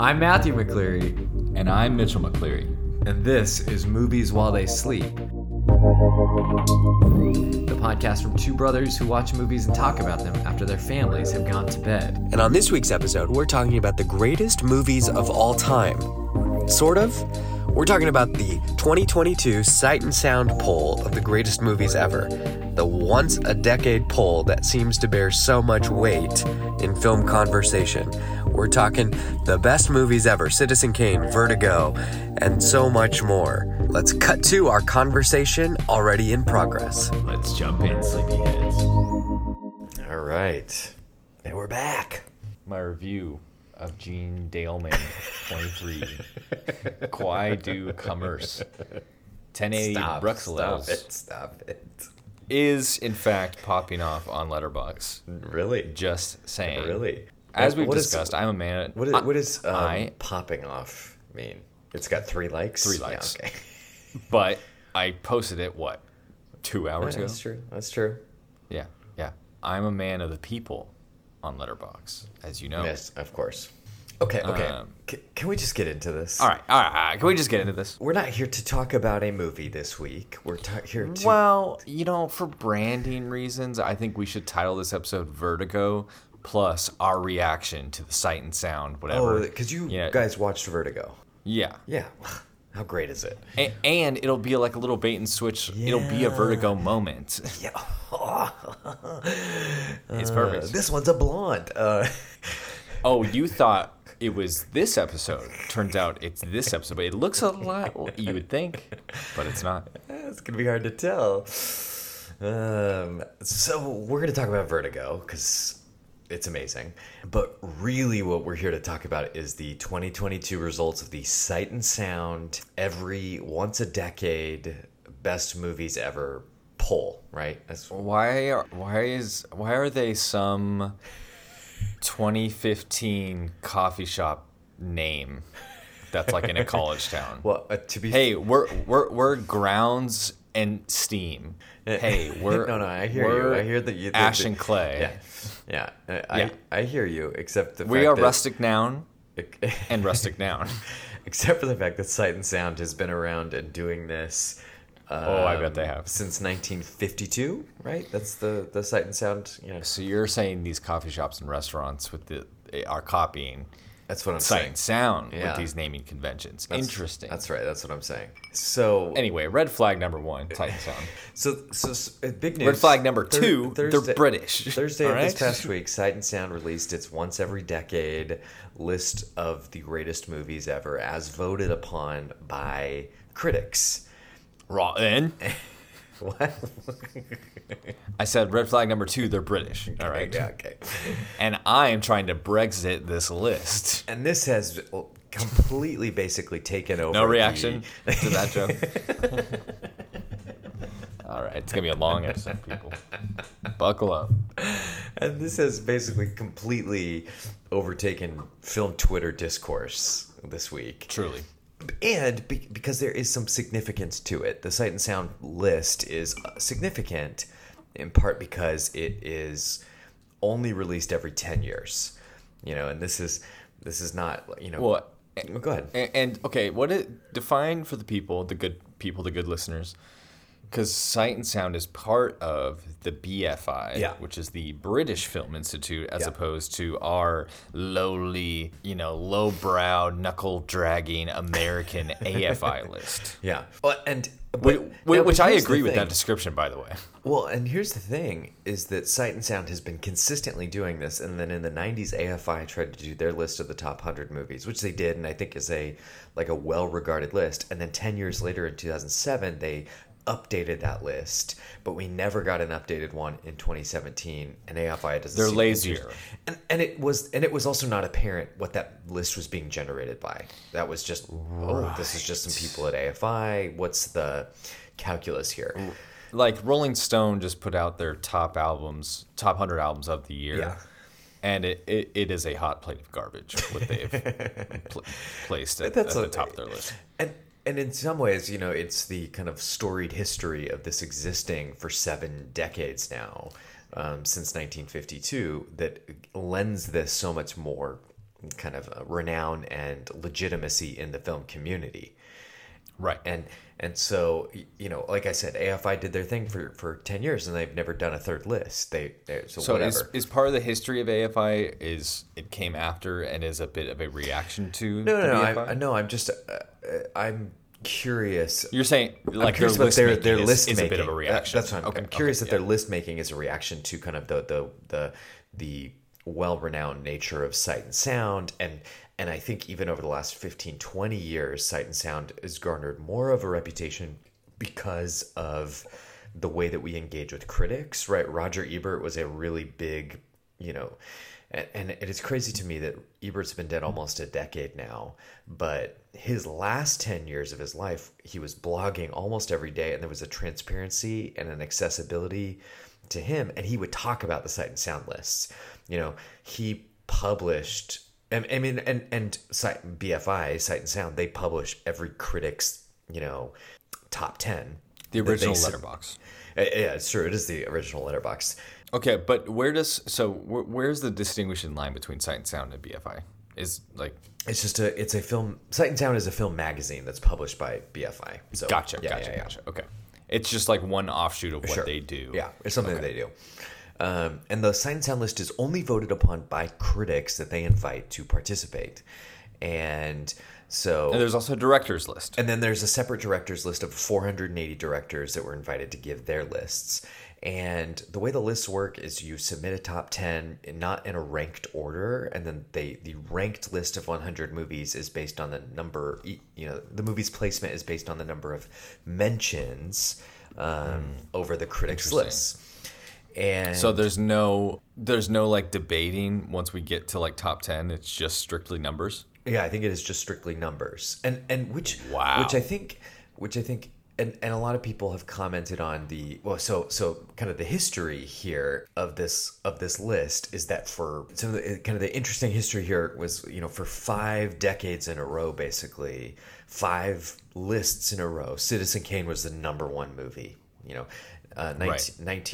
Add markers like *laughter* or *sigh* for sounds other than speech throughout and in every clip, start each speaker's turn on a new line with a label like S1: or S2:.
S1: I'm Matthew McCleary,
S2: And I'm Mitchell McCleary.
S1: and this is Movies While They Sleep, the podcast from two brothers who watch movies and talk about them after their families have gone to bed.
S3: And on this week's episode, we're talking about the greatest movies of all time. Sort of. We're talking about the 2022 Sight and Sound poll of the greatest movies ever. The once a decade poll that seems to bear so much weight in film conversation. We're talking the best movies ever Citizen Kane, Vertigo, and so much more. Let's cut to our conversation already in progress.
S2: Let's jump in, sleepyheads.
S3: All right. And we're back.
S2: my review of Gene Daleman, 23.
S3: *laughs*
S2: Quai du Commerce, 1080 Bruxelles,
S3: Stop it.
S2: is in fact popping off on Letterbox.
S3: Really?
S2: Just saying.
S3: Really?
S2: As
S3: What-
S2: we've
S3: what is-
S2: discussed, I'm a man.
S3: What is,
S2: I-
S3: what is um,
S2: I-
S3: popping off mean? It's got three likes.
S2: Three
S3: Yeah,
S2: likes.
S3: okay.
S2: But I posted it what two hours ago.
S3: That's true. That's true.
S2: Yeah, yeah. I'm a man of the people on Letterbox, as you know.
S3: Yes, of course. Okay. Okay.
S2: Oh. Um,
S3: C- can we just get into this?
S2: All right, all right, all right. Can we just get into this?
S3: We're not here to talk about a movie this week. We're ta- here to.
S2: Well, you know, for branding reasons, I think we should title this episode Vertigo plus our reaction to the sight and sound,
S3: oh,
S2: whatever.
S3: because you
S2: Yeah.
S3: guys watched Vertigo.
S2: yeah.
S3: Yeah. *sighs* How great is it?
S2: A- and it'll be like a little bait and switch. It'll be a Vertigo moment.
S3: Yeah. *laughs*
S2: *laughs* It's
S3: Uh,
S2: perfect.
S3: this one's a blonde. Uh, *laughs*
S2: oh, you thought it was this episode. Turns out it's this episode. It looks a lot, you would think, but it's not.
S3: It's gonna be hard to tell. Um, so we're gonna talk about Vertigo because it's amazing, but really what we're here to talk about is the 2022 results of the Sight and Sound every once a decade best movies ever poll. Right? That's
S2: Why are why is why are they some 2015 coffee shop name that's like in a college *laughs* town?
S3: well. Uh, to be
S2: Hey, we're we're we're grounds and steam. Hey, we're
S3: *laughs* Eh, *laughs* no, no. I hear
S2: we're
S3: you. I hear that you. that-
S2: ash
S3: that-
S2: and clay.
S3: Yeah, yeah. Uh, I,
S2: Yeah.
S3: I hear you. Except the
S2: We
S3: fact
S2: are
S3: that-
S2: rustic noun
S3: *laughs*
S2: and rustic noun.
S3: except for the fact that Sight and Sound has been around and doing this.
S2: Oh, I bet
S3: um,
S2: they have.
S3: since 1952, right? That's the the Sight and Sound. You know,
S2: So you're saying these coffee shops and restaurants with the are copying
S3: that's what I'm
S2: sight
S3: saying.
S2: and sound
S3: Yeah.
S2: with these naming conventions.
S3: That's-
S2: Interesting.
S3: That's right. That's what I'm saying. So,
S2: anyway, red flag number one, tight
S3: *laughs*
S2: and sound.
S3: so, so, s- uh, big news.
S2: Red flag number
S3: Thur-
S2: two,
S3: Thursday-
S2: they're British.
S3: *laughs* Thursday
S2: All
S3: of this
S2: right?
S3: past week, Sight and Sound released its once every decade list of the greatest movies ever, as voted upon by critics. *laughs*
S2: Rotten.
S3: What?
S2: I said red flag number two, they're British. All right.
S3: Yeah, okay.
S2: *laughs* And I am trying to Brexit this list.
S3: *laughs* And this has completely basically taken over.
S2: No reaction
S3: the-
S2: to that joke. All right. It's going to be a long episode,
S3: *laughs*
S2: people. Buckle up.
S3: *laughs* and this has basically completely overtaken film Twitter discourse this week.
S2: Truly.
S3: And be- because there is some significance to it, the Sight and Sound list is uh, significant in part because it is only released every 10 years. You know, and this is this is not, you know,
S2: Well,
S3: Well, go ahead.
S2: and, and okay, what it define for the people, the good people, the good listeners, because Sight and Sound is part of the BFI,
S3: Yeah.
S2: which is the British Film Institute, as
S3: Yeah.
S2: opposed to our lowly, you know, lowbrow, knuckle dragging American
S3: *laughs*
S2: AFI list.
S3: Yeah. Well, Uh, and
S2: Which,
S3: but- no, but
S2: which I
S3: here's the
S2: agree with
S3: thing.
S2: that description, by the way.
S3: Well, and here's the thing is that Sight and Sound has been consistently doing this and then in the 90s AFI tried to do their list of the top 100 movies, which they did and I think is a like a well-regarded list. And then 10 years later in 2007 they updated that list, but we never got an updated one in 2017 and AFI doesn't
S2: They're
S3: seem
S2: lazier.
S3: And, and it was and it was also not apparent what that list was being generated by. That was just oh, this is just some people at AFI. What's the calculus here?
S2: Like Rolling Stone just put out their top albums, top hundred albums of the year.
S3: Yeah.
S2: And it, it, it is a hot plate of garbage what
S3: *laughs*
S2: they've pl- placed at, at
S3: That's
S2: the
S3: okay.
S2: top of their list.
S3: And and in some ways, you know, it's the kind of storied history of this existing for seven decades now, um, since 1952, that lends this so much more kind of uh, renown and legitimacy in the film community.
S2: Right.
S3: And and so y- you know, like I said, AFI did their thing for for ten years, and they've never done a third list. They, they so,
S2: so
S3: whatever.
S2: is, is part of the history of AFI is it came after and is a bit of a reaction to
S3: no,
S2: the
S3: no, no.
S2: BFI?
S3: I'm, no, I'm just uh, uh, I'm curious.
S2: You're saying like
S3: I'm curious
S2: their
S3: about
S2: list
S3: their
S2: making
S3: their
S2: is,
S3: list
S2: is a
S3: making.
S2: bit of a
S3: That-
S2: reaction.
S3: that's what I'm,
S2: Okay,
S3: I'm curious
S2: okay,
S3: that their list making is a reaction to kind of the the the the well-renowned nature of sight and sound and and I think even over the last 15 20 years sight and sound has garnered more of a reputation because of the way that we engage with critics right Roger Ebert was a really big you know and, and it is crazy to me that Ebert's been dead almost a decade now, but his last 10 years of his life, he was blogging almost every day, and there was a transparency and an accessibility to him. And he would talk about the sight and sound lists. You know, he published, and, I mean, and, and sight, BFI, Sight and Sound, they publish every critic's, you know, top 10.
S2: The
S3: that they
S2: original
S3: sub-
S2: letterbox.
S3: Yeah, it's true. It is the original letterbox.
S2: Okay, but where does so wh- where's the distinguishing line between sight and sound and BFI? Is like
S3: It's just a it's a film. Sight and Sound is a film magazine that's published by BFI. So
S2: gotcha,
S3: yeah,
S2: gotcha,
S3: yeah, yeah.
S2: gotcha. Okay, it's just like one offshoot of what
S3: Sure.
S2: they do.
S3: Yeah, it's something that they do. Um, and the Sight and Sound list is only voted upon by critics that they invite to participate. And so
S2: and there's also a directors list.
S3: and then there's a separate directors list of 480 directors that were invited to give their lists. And the way the lists work is you submit a top 10 in- not in a ranked order and then they the ranked list of 100 movies is based on the number e, you know the movie's placement is based on the number of mentions um, over the critics lists. And
S2: Hmm. So there's no there's no like debating once we get to like top ten. It's just strictly numbers.
S3: Yeah, I think it is just strictly numbers, and and which
S2: Wow.
S3: which I think which I think and and a lot of people have commented on the well, so so kind of the history here of this of this list is that for some of the kind of the interesting history here was you know for five decades in a row basically five lists in a row, Citizen Kane was the number one movie, you know. Uh, 19,
S2: Right.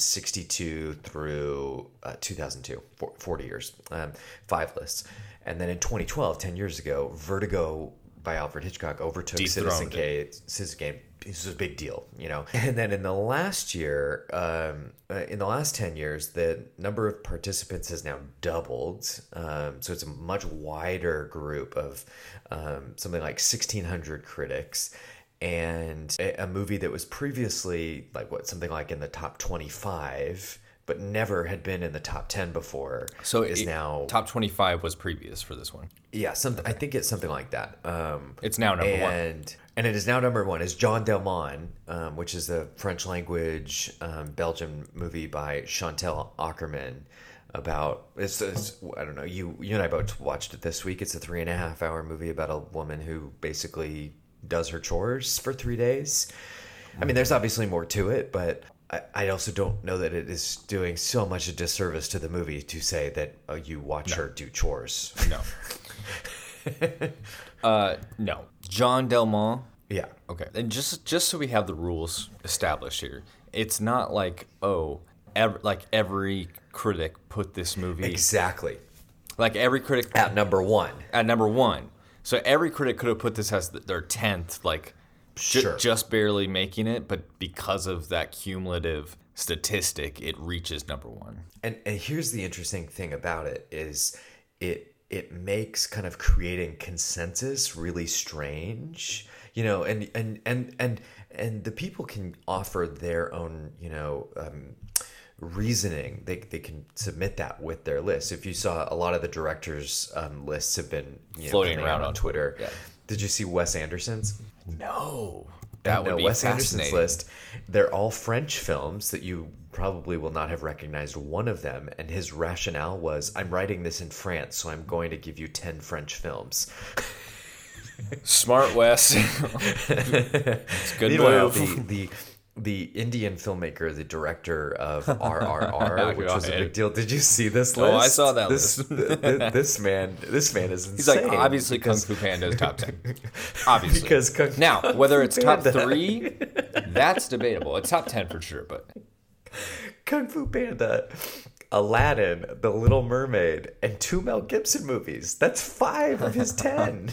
S3: 1962 through uh, 2002, for- 40 years, um, five lists. And then in 2012, 10 years ago, Vertigo by Alfred Hitchcock overtook Citizen
S2: Dethroned
S3: Kane. Citizen Kane. This was a big deal, you know. *laughs* And then in the last year, um, uh, in the last 10 years, the number of participants has now doubled. Um, so it's a much wider group of um, something like 1,600 critics and a, a movie that was previously like what something like in the top 25 but never had been in the top 10 before
S2: So
S3: is
S2: it-
S3: now
S2: top twenty five was previous for this one.
S3: yeah something i think it's something like that um
S2: It's now number one.
S3: and and it is now number one is John Delmon, um, which is the French language um, Belgian movie by Chantal Ackerman about it's, it's I don't know you you and I both watched it this week. It's a three and a half hour movie about a woman who basically does her chores for three days. I mean, there's obviously more to it, but I, I also don't know that it is doing so much a disservice to the movie to say that uh, you watch her do chores.
S2: No.
S3: *laughs*
S2: uh, no. John Delmont.
S3: yeah.
S2: Okay. And just just so we have the rules established here, it's not like oh, ev- like every critic put this movie
S3: Exactly.
S2: like every critic
S3: At number one.
S2: at number one. So every critic could have put this as th- their tenth, like ju-
S3: Sure.
S2: just barely making it, but because of that cumulative statistic, it reaches number one.
S3: and and here's the interesting thing about it is it it makes kind of creating consensus really strange you know and and and and and the people can offer their own you know um reasoning they, they can submit that with their list if you saw a lot of the directors um, lists have been you know,
S2: Floating
S3: coming out
S2: around
S3: on
S2: on
S3: twitter did you see wes anderson's
S2: No, that would
S3: no,
S2: be
S3: Wes Anderson's
S2: fascinating.
S3: list. They're all French films that you probably will not have recognized one of them. And his rationale was, "I'm writing this in France, so I'm going to give you ten French films."
S2: Smart
S3: *laughs*
S2: Wes. it's a good
S3: Meanwhile,
S2: move.
S3: the, the the Indian filmmaker, the director of
S2: *laughs*
S3: RRR, which was a
S2: God.
S3: big deal. Did you see this list?
S2: Oh, I saw that
S3: this,
S2: list.
S3: th- th- this man, this man is
S2: *laughs* He's like
S3: insane.
S2: obviously Kung Fu Panda is top
S3: *laughs*
S2: ten. Obviously,
S3: Because Kung-
S2: now whether it's top
S3: Panda. *laughs*
S2: three, that's debatable. It's top ten for sure, but
S3: Kung Fu Panda Aladdin, The Little Mermaid, and two Mel Gibson movies. That's five of his ten.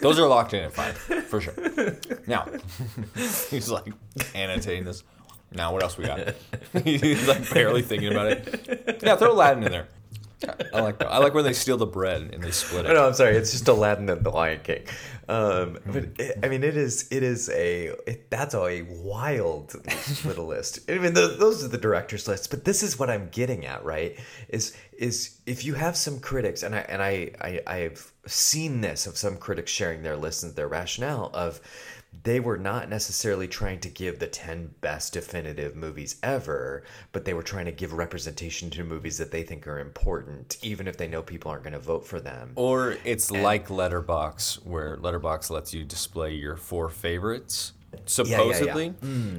S2: Those are locked in at five, for sure. Now, *laughs* he's like annotating this. Now, what else we got? *laughs* he's like barely thinking about it. Yeah, throw Aladdin in there. I like that. I like when they steal the bread and they split it.
S3: no, I'm sorry. It's just Aladdin and the Lion King. Um, but it, I mean, it is it is a it, that's a wild *laughs* little list. I mean, th those are the directors' lists. But this is what I'm getting at, right? Is is if you have some critics, and I and I, I I've seen this of some critics sharing their lists and their rationale of they were not necessarily trying to give the 10 best definitive movies ever, but they were trying to give representation to movies that they think are important, even if they know people aren't going to vote for them.
S2: Or it's like Letterbox, where Letterbox lets you display your four favorites, supposedly,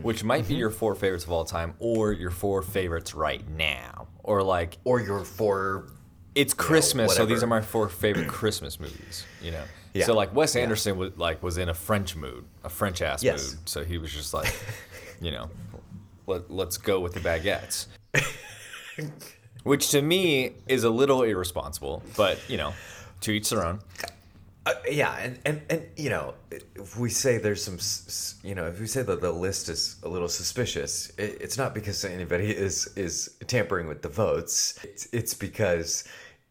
S2: which might be your four favorites of all time, or your four favorites right now, or like
S3: Or your four.
S2: it's Christmas, so these
S3: whatever.
S2: are my four favorite Christmas movies. You know,
S3: Yeah.
S2: so like Wes Anderson was like was in a French mood, a French ass
S3: Yes.
S2: mood, so he was just
S3: *laughs*
S2: like, you know, let, let's go with the baguettes, *laughs* which to me is a little irresponsible, but you know, to each their own.
S3: Uh, yeah, and, and, and, you know, if we say there's some, s- s- you know, if we say that the list is a little suspicious, it, it's not because anybody is, is tampering with the votes. It's, it's because.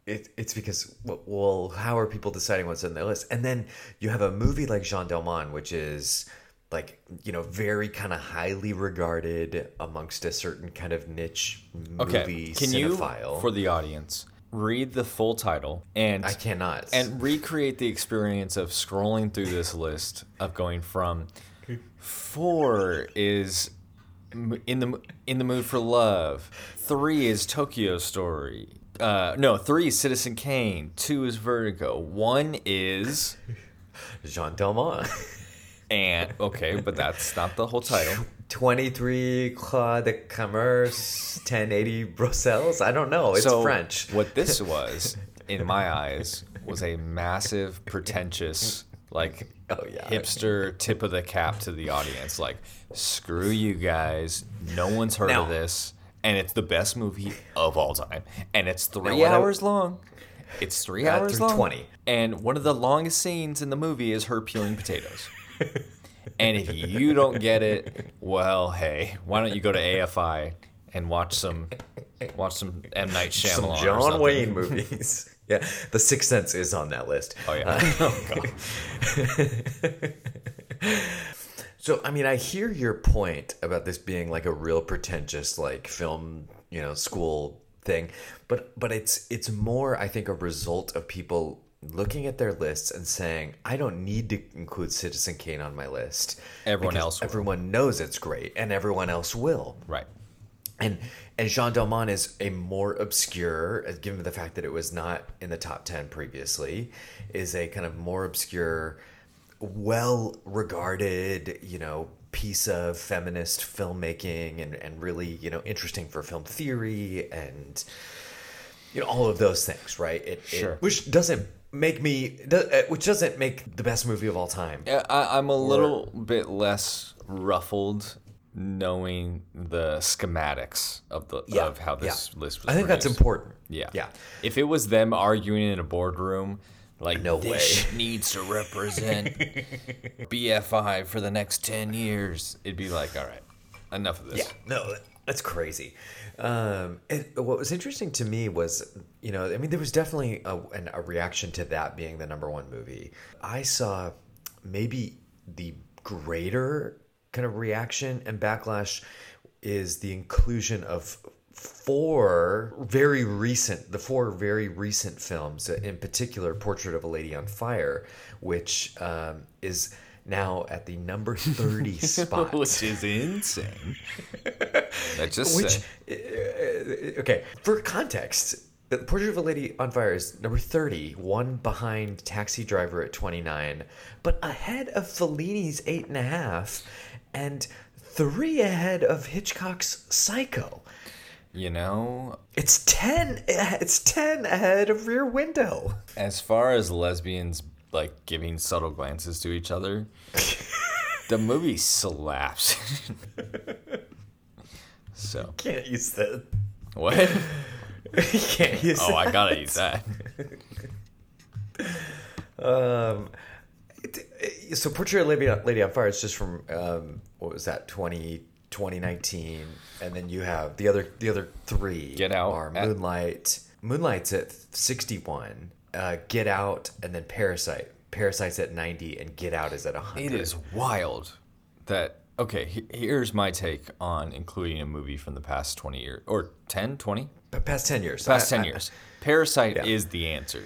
S3: It, it's because w- well how are people deciding what's on their list and then you have a movie like jean delmon which is like you know very kind of highly regarded amongst a certain kind of niche movie
S2: Okay, can
S3: cinephile
S2: you for the audience read the full title and
S3: i cannot
S2: and recreate the experience of scrolling through this list of going from four is m- in the m- in the mood for love, three is Tokyo Story. Uh, no, three is Citizen Kane. Two is Vertigo. One is
S3: jean *laughs* delmon
S2: and okay, but that's not the whole title.
S3: 23 Croix de Commerce, 1080 Brussels. I don't know. It's French.
S2: What this was, in my eyes, was a massive, pretentious, like
S3: Oh, yeah.
S2: hipster tip of the cap to the audience. Like, screw you guys. No one's heard
S3: Now-
S2: of this. And it's the best movie of all time. And it's three
S3: what I-
S2: hours long. It's three
S3: Uh,
S2: hours
S3: three
S2: long.
S3: 20.
S2: And one of the longest scenes in the movie is her peeling potatoes. And if you don't get it, well, hey, why don't you go to AFI and watch some watch some M Night
S3: Some
S2: Shyamalan? or
S3: John
S2: something.
S3: Wayne movies. *laughs* yeah. The Sixth Sense is on that list. Uh,
S2: Oh
S3: *laughs*
S2: yeah. Oh, God.
S3: So, I mean, I hear your point about this being like a real pretentious, like film, you know, school thing, but but it's it's more, I think, a result of people looking at their lists and saying, I don't need to include Citizen Kane on my list.
S2: Everyone
S3: because
S2: else will."
S3: everyone knows it's great, and everyone else will.
S2: right.
S3: and and Jean Delmon is a more obscure, uh, given the fact that it was not in the top ten previously, is a kind of more obscure, well-regarded, you know, piece of feminist filmmaking, and and really you know interesting for film theory and you know all of those things, right? It, it-
S2: Sure.
S3: which doesn't make me, do- uh, which doesn't make the best movie of all time.
S2: Yeah, I, I'm a little bit less ruffled knowing the schematics of the
S3: Yeah,
S2: of how this
S3: yeah.
S2: list was.
S3: I think that's
S2: produced.
S3: important.
S2: Yeah.
S3: yeah.
S2: If it was them arguing in a boardroom, like
S3: No
S2: this
S3: way.
S2: shit *laughs* needs to represent
S3: *laughs*
S2: BFI for the next ten years, it'd be like, all right, enough of this.
S3: Yeah, no, that's crazy. Um, and what was interesting to me was, you know, I mean, there was definitely a, an, a reaction to that being the number one movie. I saw maybe the greater kind of reaction and backlash is the inclusion of four very recent the four very recent films in particular portrait of a lady on fire which um, is now at the number 30
S2: *laughs*
S3: spot
S2: Which is
S3: *laughs*
S2: insane. that just
S3: which
S2: said-
S3: uh, okay for context the portrait of a lady on fire is number 30 one behind taxi driver at 29 but ahead of fellini's eight and a half and three ahead of hitchcock's psycho
S2: you know,
S3: it's 10 it's 10 ahead of rear window *laughs*
S2: as far as lesbians like giving subtle glances to each *laughs* other, the movie *laughs* slaps. so
S3: can't use that *laughs*
S2: What?
S3: you can't use
S2: Oh, I
S3: that.
S2: gotta eat that.
S3: Um, it- it- so Portrait of a Lady, Lady on Fire is just from um, what was that 20, 2019, and then you have the other the other three.
S2: Get Out
S3: are
S2: at-
S3: Moonlight. Moonlight's at sixty one. Uh, Get Out and then Parasite. Parasite's at ninety, and Get Out is at hundred.
S2: It is wild that. Okay, he- here's my take on including a movie from the past 20 years or 10, 20,
S3: But past ten years.
S2: past
S3: I-
S2: 10
S3: I-
S2: years. Parasite is the answer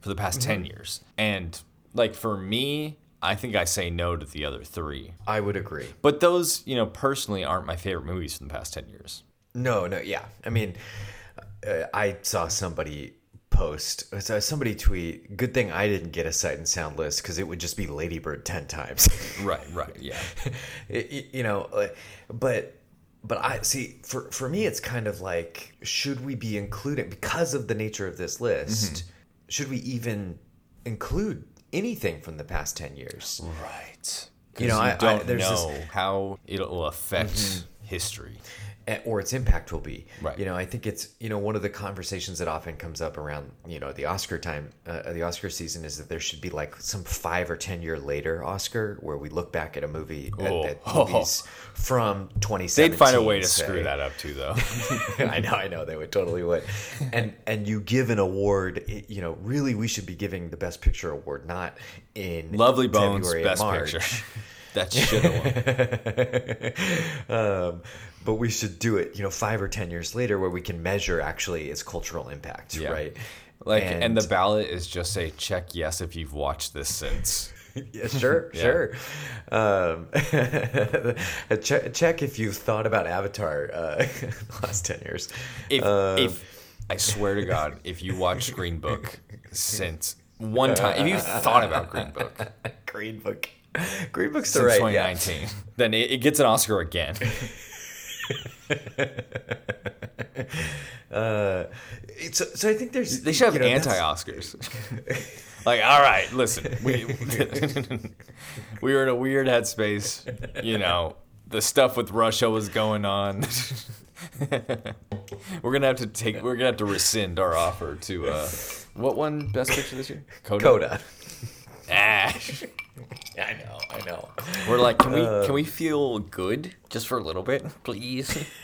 S2: for the past 10 years. And like for me, I think I say no to the other 3.
S3: I would agree.
S2: But those, you know, personally aren't my favorite movies from the past 10 years.
S3: No, no, yeah. I mean, uh, I saw somebody post, I saw somebody tweet, good thing I didn't get a sight and sound list because it would just be Ladybird 10 times. *laughs*
S2: Right, right, *laughs* yeah.
S3: It- it- you know, uh, but. But I see for for me it's kind of like should we be including because of the nature of this list
S2: Mm-hmm.
S3: should we even include anything from the past 10 years
S2: Right.
S3: You
S2: You
S3: know,
S2: know,
S3: I- I-
S2: I Mm-hmm. don't
S3: there's this-
S2: know how it'll affect history.
S3: eh, or its impact will be.
S2: Right.
S3: You know, I think it's you know one of the conversations that often comes up around you know the Oscar time, uh, the Oscar season is that there should be like some five or ten year later Oscar where we look back at a movie at,
S2: Oh.
S3: at
S2: *laughs*
S3: movies from 2017.
S2: They'd find a way to
S3: say.
S2: screw that up too, *laughs* though.
S3: *laughs* I know, I know, they would totally would. And and you give an award, it- you know, really we should be giving the best picture award not in
S2: Lovely Bones,
S3: February and
S2: best
S3: March.
S2: *laughs* picture. that should have won.
S3: um, but we should do it, you know, five or ten years later, where we can measure actually its cultural impact,
S2: Yeah.
S3: right?
S2: Like, and, the ballot is just a check yes if you've watched this since.
S3: *laughs* yeah,
S2: *laughs*
S3: sure, sure. Um, *laughs* check, check if you've thought about Avatar uh, *laughs* the last ten years. Um,
S2: If, if I swear to God, if you watched Green Book since *laughs* one time, if you thought about Green Book
S3: *laughs* Green Book, Green Book's the
S2: since
S3: right. Yeah.
S2: 2019, then it, it gets an Oscar again.
S3: Uh, it's, so I think there's
S2: They should have
S3: you know, that's-
S2: anti Oscars. *laughs*
S3: *laughs*
S2: like, all right, listen, we *laughs* we were in a weird headspace. You know, the stuff with Russia was going on. *laughs* we're gonna have to take. We're gonna have to rescind our offer to uh, what one best picture this year? Coda.
S3: Coda.
S2: Ah.
S3: *laughs* I know, I know.
S2: We're like, can we
S3: Uh,
S2: can we feel good just for a little bit, please? *laughs*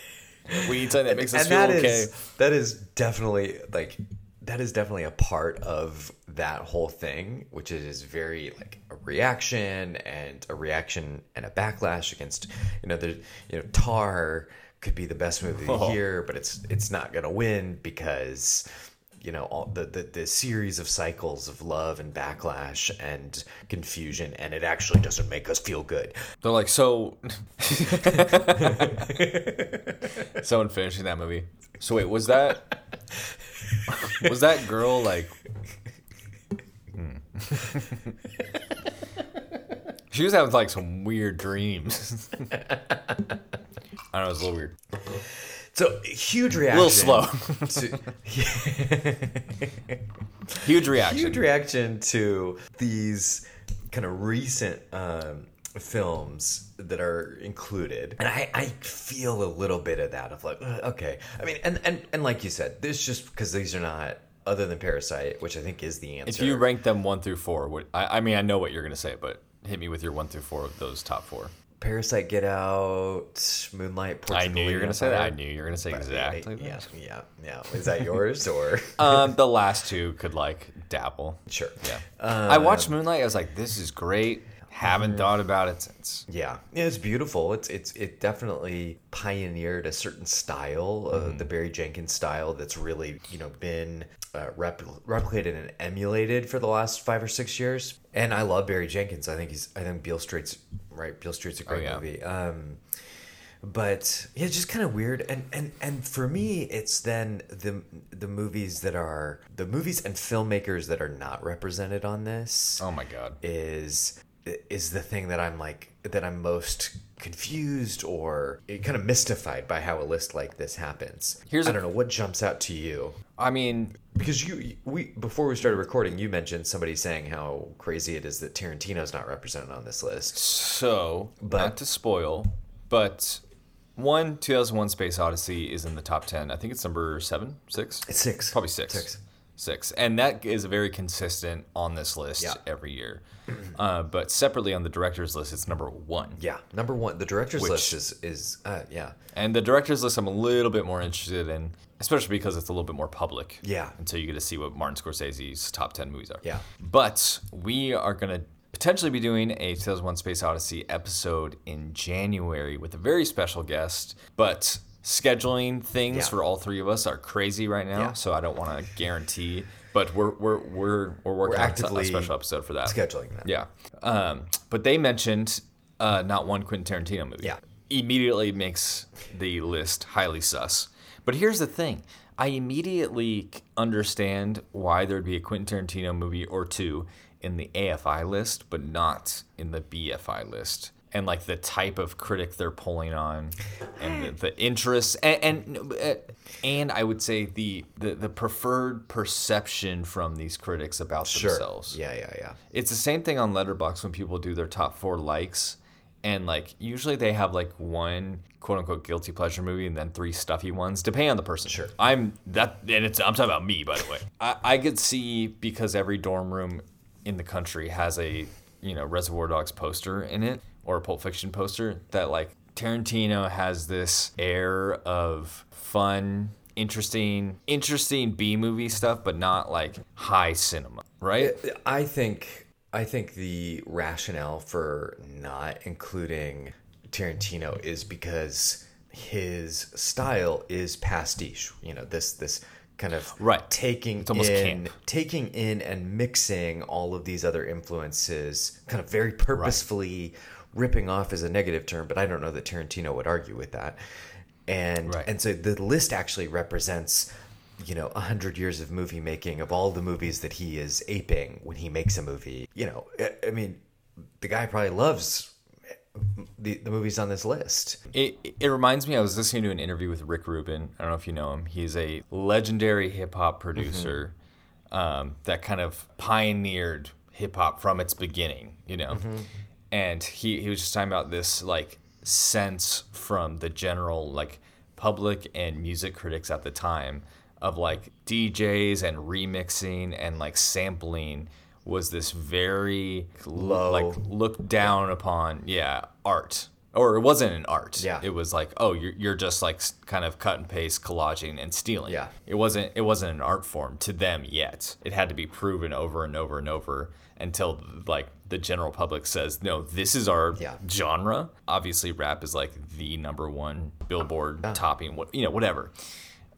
S2: We need something that makes us
S3: and
S2: feel
S3: that is
S2: okay.
S3: that is definitely like that is definitely a part of that whole thing which is, is very like a reaction and a reaction and a backlash against you know the you know tar could be the best movie of
S2: Oh.
S3: the year but it's it's not gonna win because you know all the, the the series of cycles of love and backlash and confusion and it actually doesn't make us feel good
S2: They're like, so. *laughs* Someone finishing that movie. So wait, was that was that girl like? Hmm. *laughs* she was having like some weird dreams. *laughs* I don't know, it's a little weird.
S3: so huge
S2: A
S3: reaction
S2: little slow. *laughs*
S3: to-
S2: Huge reaction.
S3: huge reaction to these kind of recent um, films that are included, and I, I feel a little bit of that of like "Ugh, okay, I mean, and and and like you said, this just because these are not other than Parasite, which I think is the answer.
S2: If you rank them one through four, what, I, I mean, I know what you're gonna say, but hit me with your one through four of those top four.
S3: Parasite, Get Out, Moonlight, Portrait
S2: I
S3: of a
S2: knew you
S3: Lady
S2: were
S3: on
S2: gonna say that.
S3: Fire.
S2: I knew you were gonna say exactly that.
S3: Yeah, yeah, yeah. Is that yours or *laughs*
S2: Um, *laughs* the last two could like dabble.
S3: sure?
S2: Yeah. I watched
S3: Um,
S2: Moonlight. I was like, this is great.
S3: mhm.
S2: Haven't thought about it since.
S3: Yeah. yeah, it's beautiful. It's it's it definitely pioneered a certain style, uh, the Barry Jenkins style, that's really you know been uh, repl- replicated and emulated for the last five or six years. And I love Barry Jenkins. I think he's I think Beale Street's right. Beale Street's a great
S2: yeah.
S3: movie. Um, but yeah, just kind of weird. And and and for me, it's then the the movies that are the movies and filmmakers that are not represented on this
S2: Oh my god.
S3: is is the thing that I'm like that I'm most confused or kind of mystified by how a list like this happens.
S2: Here's
S3: I
S2: a-
S3: don't know what jumps out to you
S2: I mean,
S3: because you we before we started recording you mentioned somebody saying how crazy it is that Tarantino's not represented on this list.
S2: so
S3: But-
S2: not to spoil, but One, 2001 Space Odyssey is in the top 10. I think it's number seven, six?
S3: It's six.
S2: Probably six.
S3: Six.
S2: Six. And that is very consistent on this list
S3: Yeah. Mm-hmm.
S2: every year. uh, but separately on the director's list, it's number one.
S3: Yeah, number one. The director's list is is uh, yeah,
S2: And the director's list I'm a little bit more interested in, especially because it's a little bit more public.
S3: Yeah.
S2: And so you get to see what Martin Scorsese's top 10 movies are.
S3: Yeah.
S2: But we are going to potentially be doing a 2001 Space Odyssey episode in January with a very special guest. But scheduling things
S3: Yeah.
S2: for all three of us are crazy right now.
S3: Yeah.
S2: So I don't want to guarantee. But we're, we're, we're, we're working on a-
S3: actively
S2: a special episode for that.
S3: scheduling
S2: Uh,
S3: that.
S2: Yeah. Um, but they mentioned uh, not one Quentin Tarantino movie.
S3: Yeah.
S2: Immediately makes the list highly sus. But here's the thing I immediately c- understand why there'd be a Quentin Tarantino movie or two in the AFI list, but not in the BFI list. And like the type of critic they're pulling on, and the, the interests, and and, uh, and I would say the, the the preferred perception from these critics about
S3: sure.
S2: themselves.
S3: Yeah, yeah, yeah.
S2: It's the same thing on Letterbox when people do their top four likes, and like usually they have like one quote unquote guilty pleasure movie and then three stuffy ones, depending on the person.
S3: Sure.
S2: I'm that, and it's I'm talking about me by the way. I, I could see because every dorm room in the country has a you know Reservoir Dogs poster in it or a Pulp Fiction poster that like Tarantino has this air of fun. Interesting, interesting B movie stuff, but not like high cinema, right?
S3: I think I think the rationale for not including Tarantino is because his style is pastiche. You know, this this kind of
S2: Right.
S3: taking
S2: almost
S3: in
S2: camp.
S3: taking in and mixing all of these other influences kind of very purposefully ripping off is a negative term, but I don't know that Tarantino would argue with that. And
S2: Right.
S3: and so the list actually represents you know, 100 years of movie making of all the movies that he is aping when he makes a movie. You know, I- I mean, the guy probably loves the, the movies on this list.
S2: It, it reminds me, I was listening to an interview with Rick Rubin. I don't know if you know him. He's a legendary hip hop producer um, that kind of pioneered hip hop from its beginning, you know? And he, he was just talking about this, like, sense from the general, like, public and music critics at the time of, like, DJs and remixing and, like, sampling was this very
S3: Low.
S2: like looked down upon yeah art or it wasn't an art
S3: Yeah.
S2: it was like oh you're, you're just like s- kind of cut and paste collaging and stealing
S3: Yeah.
S2: it wasn't it wasn't an art form to them yet it had to be proven over and over and over until like the general public says no this is our
S3: Yeah.
S2: genre obviously rap is like the number one billboard topping what you know whatever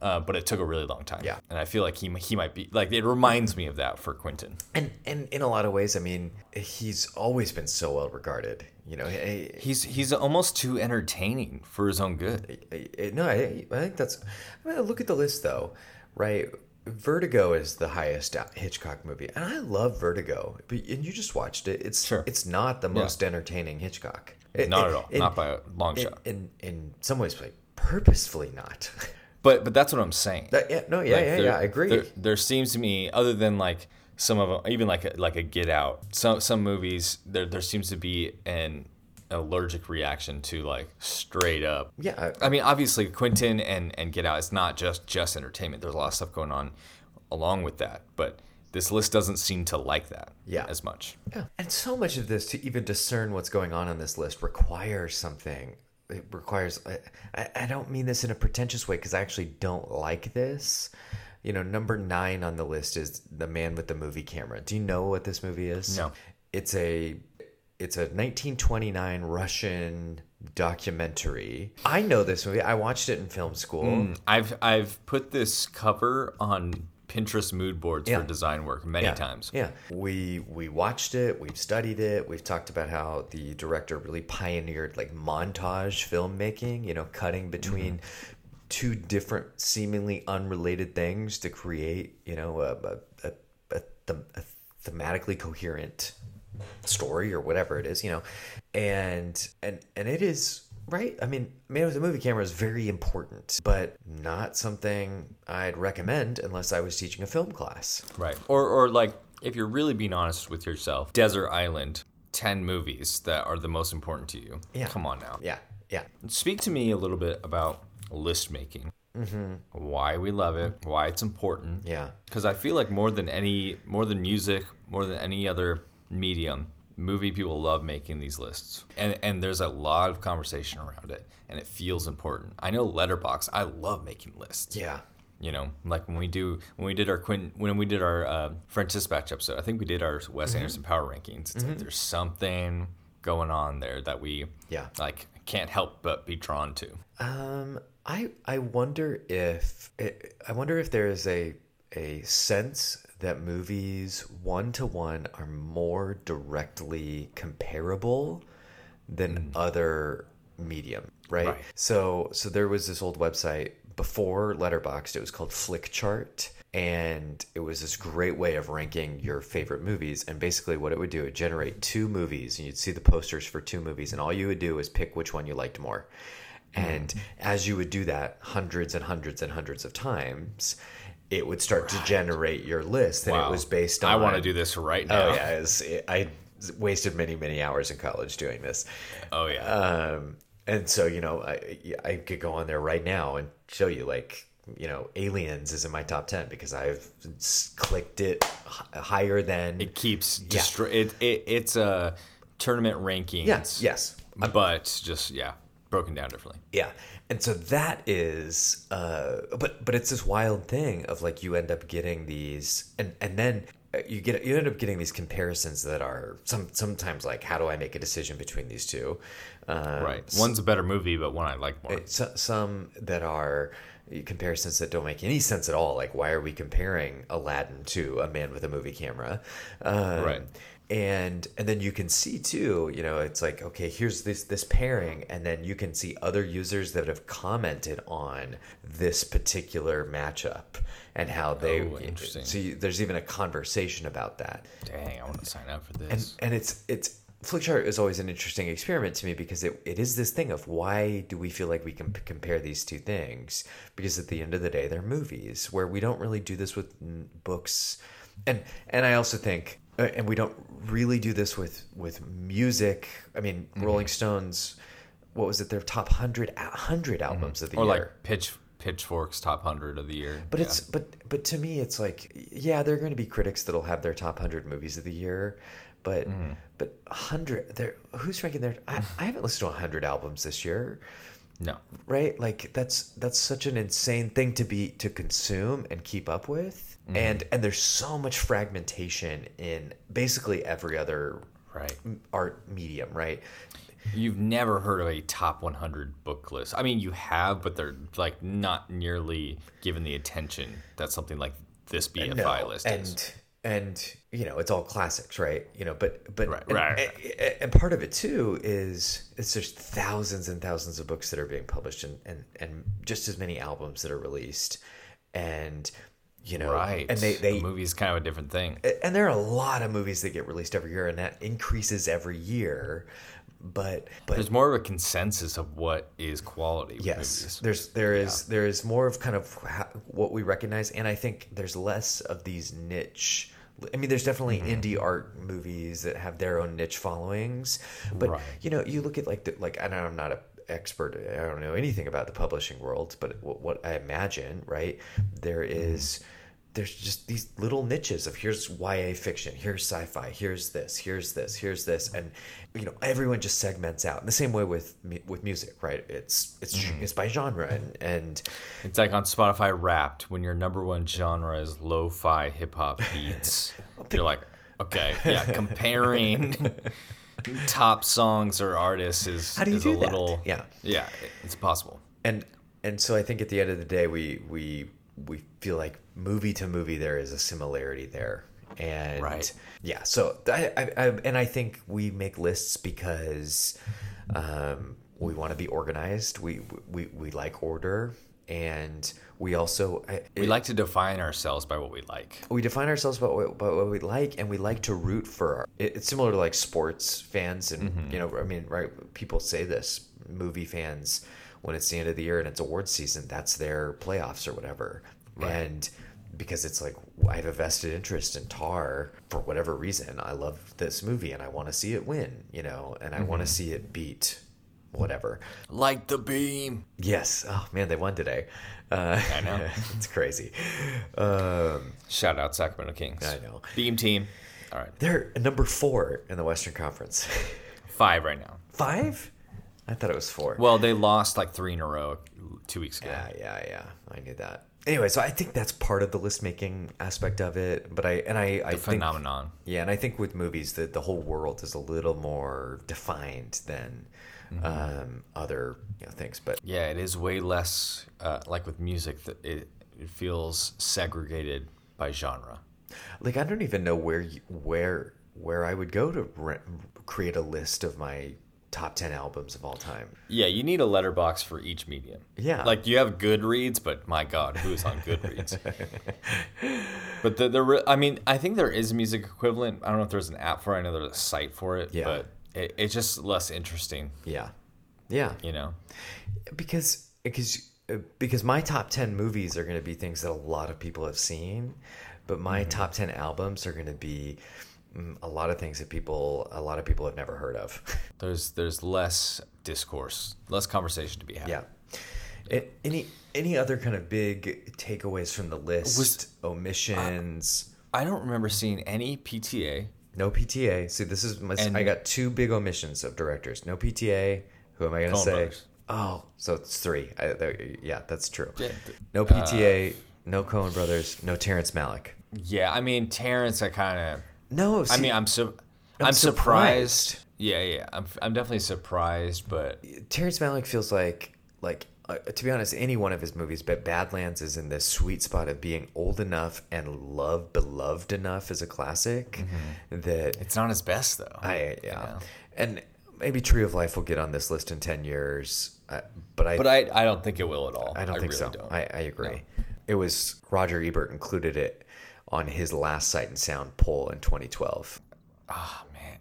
S2: uh, but it took a really long time
S3: Yeah.
S2: and i feel like he, he might be like it reminds me of that for quentin
S3: And, and in a lot of ways, I mean, he's always been so well regarded. You know, he-
S2: He's he's almost too entertaining for his own good.
S3: I- I- no, I, I think that's. I mean, look at the list though, right? Vertigo is the highest Hitchcock movie, and I love Vertigo. But and you just watched it. It's
S2: Sure.
S3: it's not the most entertaining Hitchcock. It-
S2: Not
S3: it-
S2: at all.
S3: it-
S2: Not by a long
S3: in,
S2: shot.
S3: in in some ways, like purposefully not. *laughs*
S2: But but that's what I'm saying.
S3: That- yeah, no, yeah,
S2: Like,
S3: yeah,
S2: there-
S3: yeah. I agree.
S2: There, there seems to me, other than like some of them, even like a, like a Get Out, some some movies, there there seems to be an allergic reaction to like straight up.
S3: yeah,
S2: I mean, obviously, Quentin and and Get Out. It's not just just entertainment. There's a lot of stuff going on along with that. But this list doesn't seem to like that.
S3: Yeah.
S2: as much.
S3: Yeah. And so much of this to even discern what's going on on this list requires something. It requires, I- I, I don't mean this in a pretentious way because I actually don't like this. You know, number nine on the list is The Man with the Movie Camera. Do you know what this movie is?
S2: No.
S3: It's a. It's a 1929 Russian documentary. I know this movie. I watched it in film school.
S2: I've I've put this cover on Pinterest mood boards
S3: Yeah.
S2: for design work many
S3: yeah.
S2: times.
S3: Yeah, we we watched it, we've studied it, we've talked about how the director really pioneered like montage filmmaking. You know, cutting between
S2: Mm-hmm.
S3: two different, seemingly unrelated things to create you know a a, a, a, them- a thematically coherent story or whatever it is. You know, and and and it is. Right, I mean, Man with a Movie Camera is very important, but not something I'd recommend unless I was teaching a film class.
S2: Right. Or or like if you're really being honest with yourself, Desert Island, ten movies that are the most important to you.
S3: Yeah.
S2: Come on now.
S3: Yeah, Yeah.
S2: Speak to me a little bit about list making. Mm-hmm. Why we love it, why it's important.
S3: Yeah.
S2: Because I feel like more than any, more than music, more than any other medium, movie people love making these lists, and and there's a lot of conversation around it, and it feels important. I know Letterbox, I love making lists.
S3: Yeah.
S2: You know, like when we do when we did our Quentin when we did our uh, French Dispatch episode, I think we did our Wes
S3: Mm-hmm.
S2: Anderson Power Rankings. It's like there's something going on there that we
S3: Yeah.
S2: like can't help but be drawn to.
S3: Um, I I wonder if eh, I wonder if there is a a sense that movies one to one are more directly comparable than other medium, right?
S2: Right.
S3: So so there was this old website before Letterboxd. It was called Flickchart, and it was this great way of ranking your favorite movies. And basically, what it would do, it generate two movies, and you'd see the posters for two movies, and all you would do is pick which one you liked more. And as you would do that hundreds and hundreds and hundreds of times, it would start to generate your list. And it
S2: Wow.
S3: was based on
S2: Oh, I want to do this right now.
S3: Oh yeah, it's, it, I wasted many many hours in college doing this,
S2: Oh yeah.
S3: um, and so you know I I could go on there right now and show you like you know Aliens is in my top ten because I've s- clicked it h- higher than
S2: it keeps destroy. It, it it's a tournament rankings.
S3: yes yes
S2: but just yeah, broken down differently.
S3: Yeah. And so that is uh but but it's this wild thing of like you end up getting these and and then uh, you get you end up getting these comparisons that are some sometimes like how do I make a decision between these two? Um,
S2: Right. One's a better movie, but one I like more.
S3: so, some that are uh, comparisons that don't make any sense at all. Like, why are we comparing Aladdin to a man with a movie camera? Um,
S2: Right.
S3: And and then you can see too. You know, it's like okay, here's this this pairing, and then you can see other users that have commented on this particular matchup and how they.
S2: Oh, interesting.
S3: So you, there's even a conversation about that
S2: Dang, I want to sign up for this.
S3: and it's it's Flickchart is always an interesting experiment to me because it, it is this thing of why do we feel like we can p- compare these two things? Because at the end of the day, they're movies where we don't really do this with mm, books, and and I also think uh, and we don't really do this with with music. I mean,
S2: Mm-hmm.
S3: Rolling Stones, what was it? Their top hundred hundred albums of the
S2: Mm-hmm. or
S3: year.
S2: like pitch pitchforks top hundred of the year.
S3: But it's but but to me it's like yeah, there are going to be critics that'll have their top 100 movies of the year, but but 100 there who's ranking their I, I haven't listened to 100 albums this year,
S2: no.
S3: right? Like that's that's such an insane thing to be to consume and keep up with. And and there's so much fragmentation in basically every other
S2: Right.
S3: art medium, right?
S2: You've never heard of a top 100 book list. I mean, you have, but they're like not nearly given the attention that something like this BFI
S3: No,
S2: list
S3: and,
S2: is.
S3: And you know, it's all classics, right? You know, but but
S2: Right,
S3: and,
S2: right,
S3: And, and part of it too is it's there's thousands and thousands of books that are being published and and, and just as many albums that are released. And you know
S2: Right.
S3: and they,
S2: the
S3: they
S2: movie is kind of a different thing.
S3: and there are a lot of movies that get released every year and that increases every year. But but
S2: There's more of a consensus of what is quality. With
S3: Yes,
S2: movies.
S3: there's there is there is more of kind of ho- what we recognize, and I think there's less of these niche. I mean, there's definitely
S2: Mm-hmm.
S3: indie art movies that have their own niche followings, but
S2: Right.
S3: you know, you look at like the, like I know I'm not a expert. I don't know anything about the publishing world, but what, what I imagine, right, there is. There's just these little niches of here's YA fiction, here's sci-fi, here's this, here's this, here's this, and you know everyone just segments out. In the same way with mu- with music, right? It's it's it's by genre and, and
S2: It's like on Spotify Wrapped when your number one genre is lo-fi hip-hop
S3: *laughs*
S2: beats. You're like, okay, yeah, comparing top songs or artists is,
S3: How do you
S2: is
S3: do
S2: a
S3: that?
S2: little
S3: Yeah.
S2: yeah, it's possible.
S3: and and so I think at the end of the day, we we we feel like movie to movie there is a similarity there, and
S2: Right.
S3: yeah. So I, I, I and I think we make lists because um, we want to be organized. We we we like order, and we also I,
S2: We like to define ourselves by what we like.
S3: we define ourselves by what, by what we like and we like to root for our, it- it's similar to like sports fans and you know i mean right people say this movie fans when it's the end of the year and it's awards season that's their playoffs or whatever and because it's like i have a vested interest in tar for whatever Mm-hmm. reason i love this movie and i want to see it win you know and i want to see it beat whatever.
S2: Like the beam.
S3: Yes. Oh man, they won today. Uh, I know. *laughs* it's crazy. Um,
S2: Shout out Sacramento Kings.
S3: I know.
S2: Beam team. All right.
S3: they're number four in the Western Conference. *laughs*
S2: Five right now.
S3: Five? I thought it was four.
S2: Well, they lost like three in a row two weeks ago.
S3: Yeah, yeah, yeah. I knew that. Anyway, so I think that's part of the list making aspect of it. But I and I, I think
S2: Phenomenon.
S3: yeah, and I think with movies that the whole world is a little more defined than um, other you know, things. But
S2: Yeah, it is way less uh, like with music. That it it feels segregated by genre.
S3: like I don't even know where you, where where I would go to re- create a list of my top ten albums of all time.
S2: Yeah, you need a letterbox for each medium.
S3: Yeah.
S2: like you have Goodreads, but my God, who is on *laughs* Goodreads? but the, the re- I mean, I think there is a music equivalent. I don't know if there's an app for. it. I know there's a site for it.
S3: Yeah.
S2: but it, it's just less interesting.
S3: Yeah, yeah.
S2: You know,
S3: because because uh, because my top 10 movies are going to be things that a lot of people have seen but my top 10 albums are going to be mm, a lot of things that people a lot of people have never heard of *laughs*
S2: there's there's less discourse, less conversation to be had.
S3: yeah A- any any other kind of big takeaways from the list omissions
S2: I don't remember seeing any PTA.
S3: no pta see this is my
S2: And-
S3: i got two big omissions of directors no pta who am i going to
S2: Coen
S3: say
S2: Brothers.
S3: oh so it's three I, there- yeah that's true
S2: Yeah,
S3: no pta no cohen brothers no terrence malick
S2: yeah. I mean, Terrence, I kind of.
S3: No,
S2: I
S3: see,
S2: mean, I'm su-
S3: I'm
S2: I'm, surprised.
S3: surprised.
S2: Yeah, yeah. I'm, I'm definitely surprised, but
S3: Terrence Malick feels like like uh, to be honest, any one of his movies, but Badlands is in the sweet spot of being old enough and loved, beloved enough as a classic that
S2: it's not his best though.
S3: I Mm-hmm. yeah. and maybe Tree of Life will get on this list in ten years, uh, but I
S2: but I, I don't think it will at all.
S3: I don't think
S2: really
S3: so. I, I agree. It was Roger Ebert included it on his last Sight and Sound poll in 2012.
S2: Ah, man.